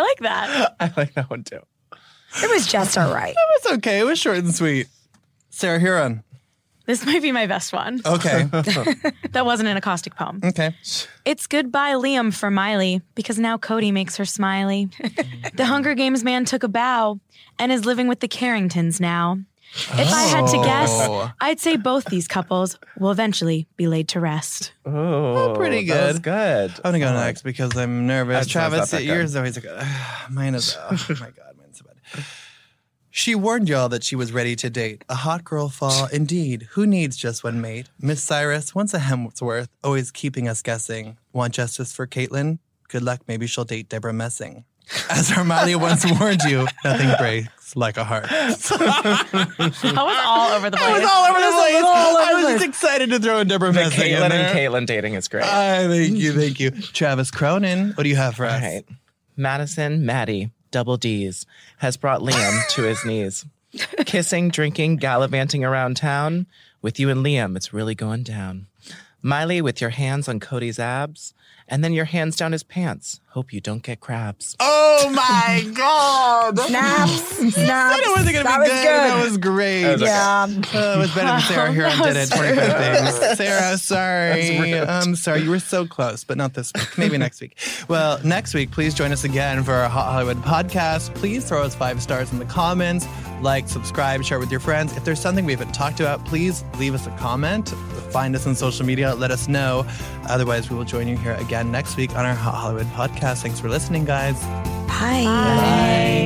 Speaker 4: like that.
Speaker 5: I like that one too.
Speaker 6: It was just all right.
Speaker 3: That's okay. It was short and sweet. Sarah Huron.
Speaker 4: This might be my best one.
Speaker 5: Oh.
Speaker 3: Okay.
Speaker 4: That wasn't an acoustic poem.
Speaker 3: okay.
Speaker 4: It's goodbye, Liam, for Miley, because now Cody makes her smiley. the Hunger Games man took a bow and is living with the Carringtons now. If I had to
Speaker 3: Oh.
Speaker 4: guess, I'd say both these couples will eventually be laid to rest.
Speaker 5: Oh,
Speaker 3: pretty
Speaker 5: That was
Speaker 3: good.
Speaker 5: good. Oh
Speaker 3: I'm gonna go next because I'm nervous.
Speaker 5: That's-
Speaker 3: Travis,
Speaker 5: that's not that good.
Speaker 3: yours is always like, "Ugh, mine is, oh my God, mine's so bad. She warned y'all that she was ready to date. A hot girl fall, indeed. Who needs just one mate? Miss Cyrus, once a Hemsworth, always keeping us guessing. Want justice for Caitlin? Good luck, maybe she'll date Deborah Messing. As Armalia once warned you, nothing breaks like a heart.
Speaker 4: I was all over the place.
Speaker 3: all over the place. I was just excited to throw in Deborah Messing in
Speaker 5: Caitlin
Speaker 3: there.
Speaker 5: and Caitlin dating is great.
Speaker 3: Ah, thank you, thank you. Travis Cronin, what do you have for
Speaker 5: All
Speaker 3: us?
Speaker 5: right. Madison Maddie, double D's, has brought Liam to his knees. Kissing, drinking, gallivanting around town. With you and Liam, it's really going down. Miley with your hands on Cody's abs, and then your hands down his pants. Hope you don't get crabs.
Speaker 3: Oh my God.
Speaker 6: Snaps, snaps.
Speaker 3: I know they gonna
Speaker 6: that
Speaker 3: be
Speaker 6: was
Speaker 3: good.
Speaker 6: good.
Speaker 3: That was great. Oh, That was,
Speaker 6: yeah.
Speaker 3: it was better than Sarah Huron did it. 25 things. Sarah, sorry. I'm sorry. You were so close, but not this week. Maybe next week. Well, next week, please join us again for our Hot Hollywood podcast. Please throw us five stars in the comments. Like, subscribe, share with your friends. If there's something we haven't talked about, please leave us a comment. Find us on social media. Let us know. Otherwise, we will join you here again next week on our Hot Hollywood podcast. Thanks for listening, guys.
Speaker 6: Bye.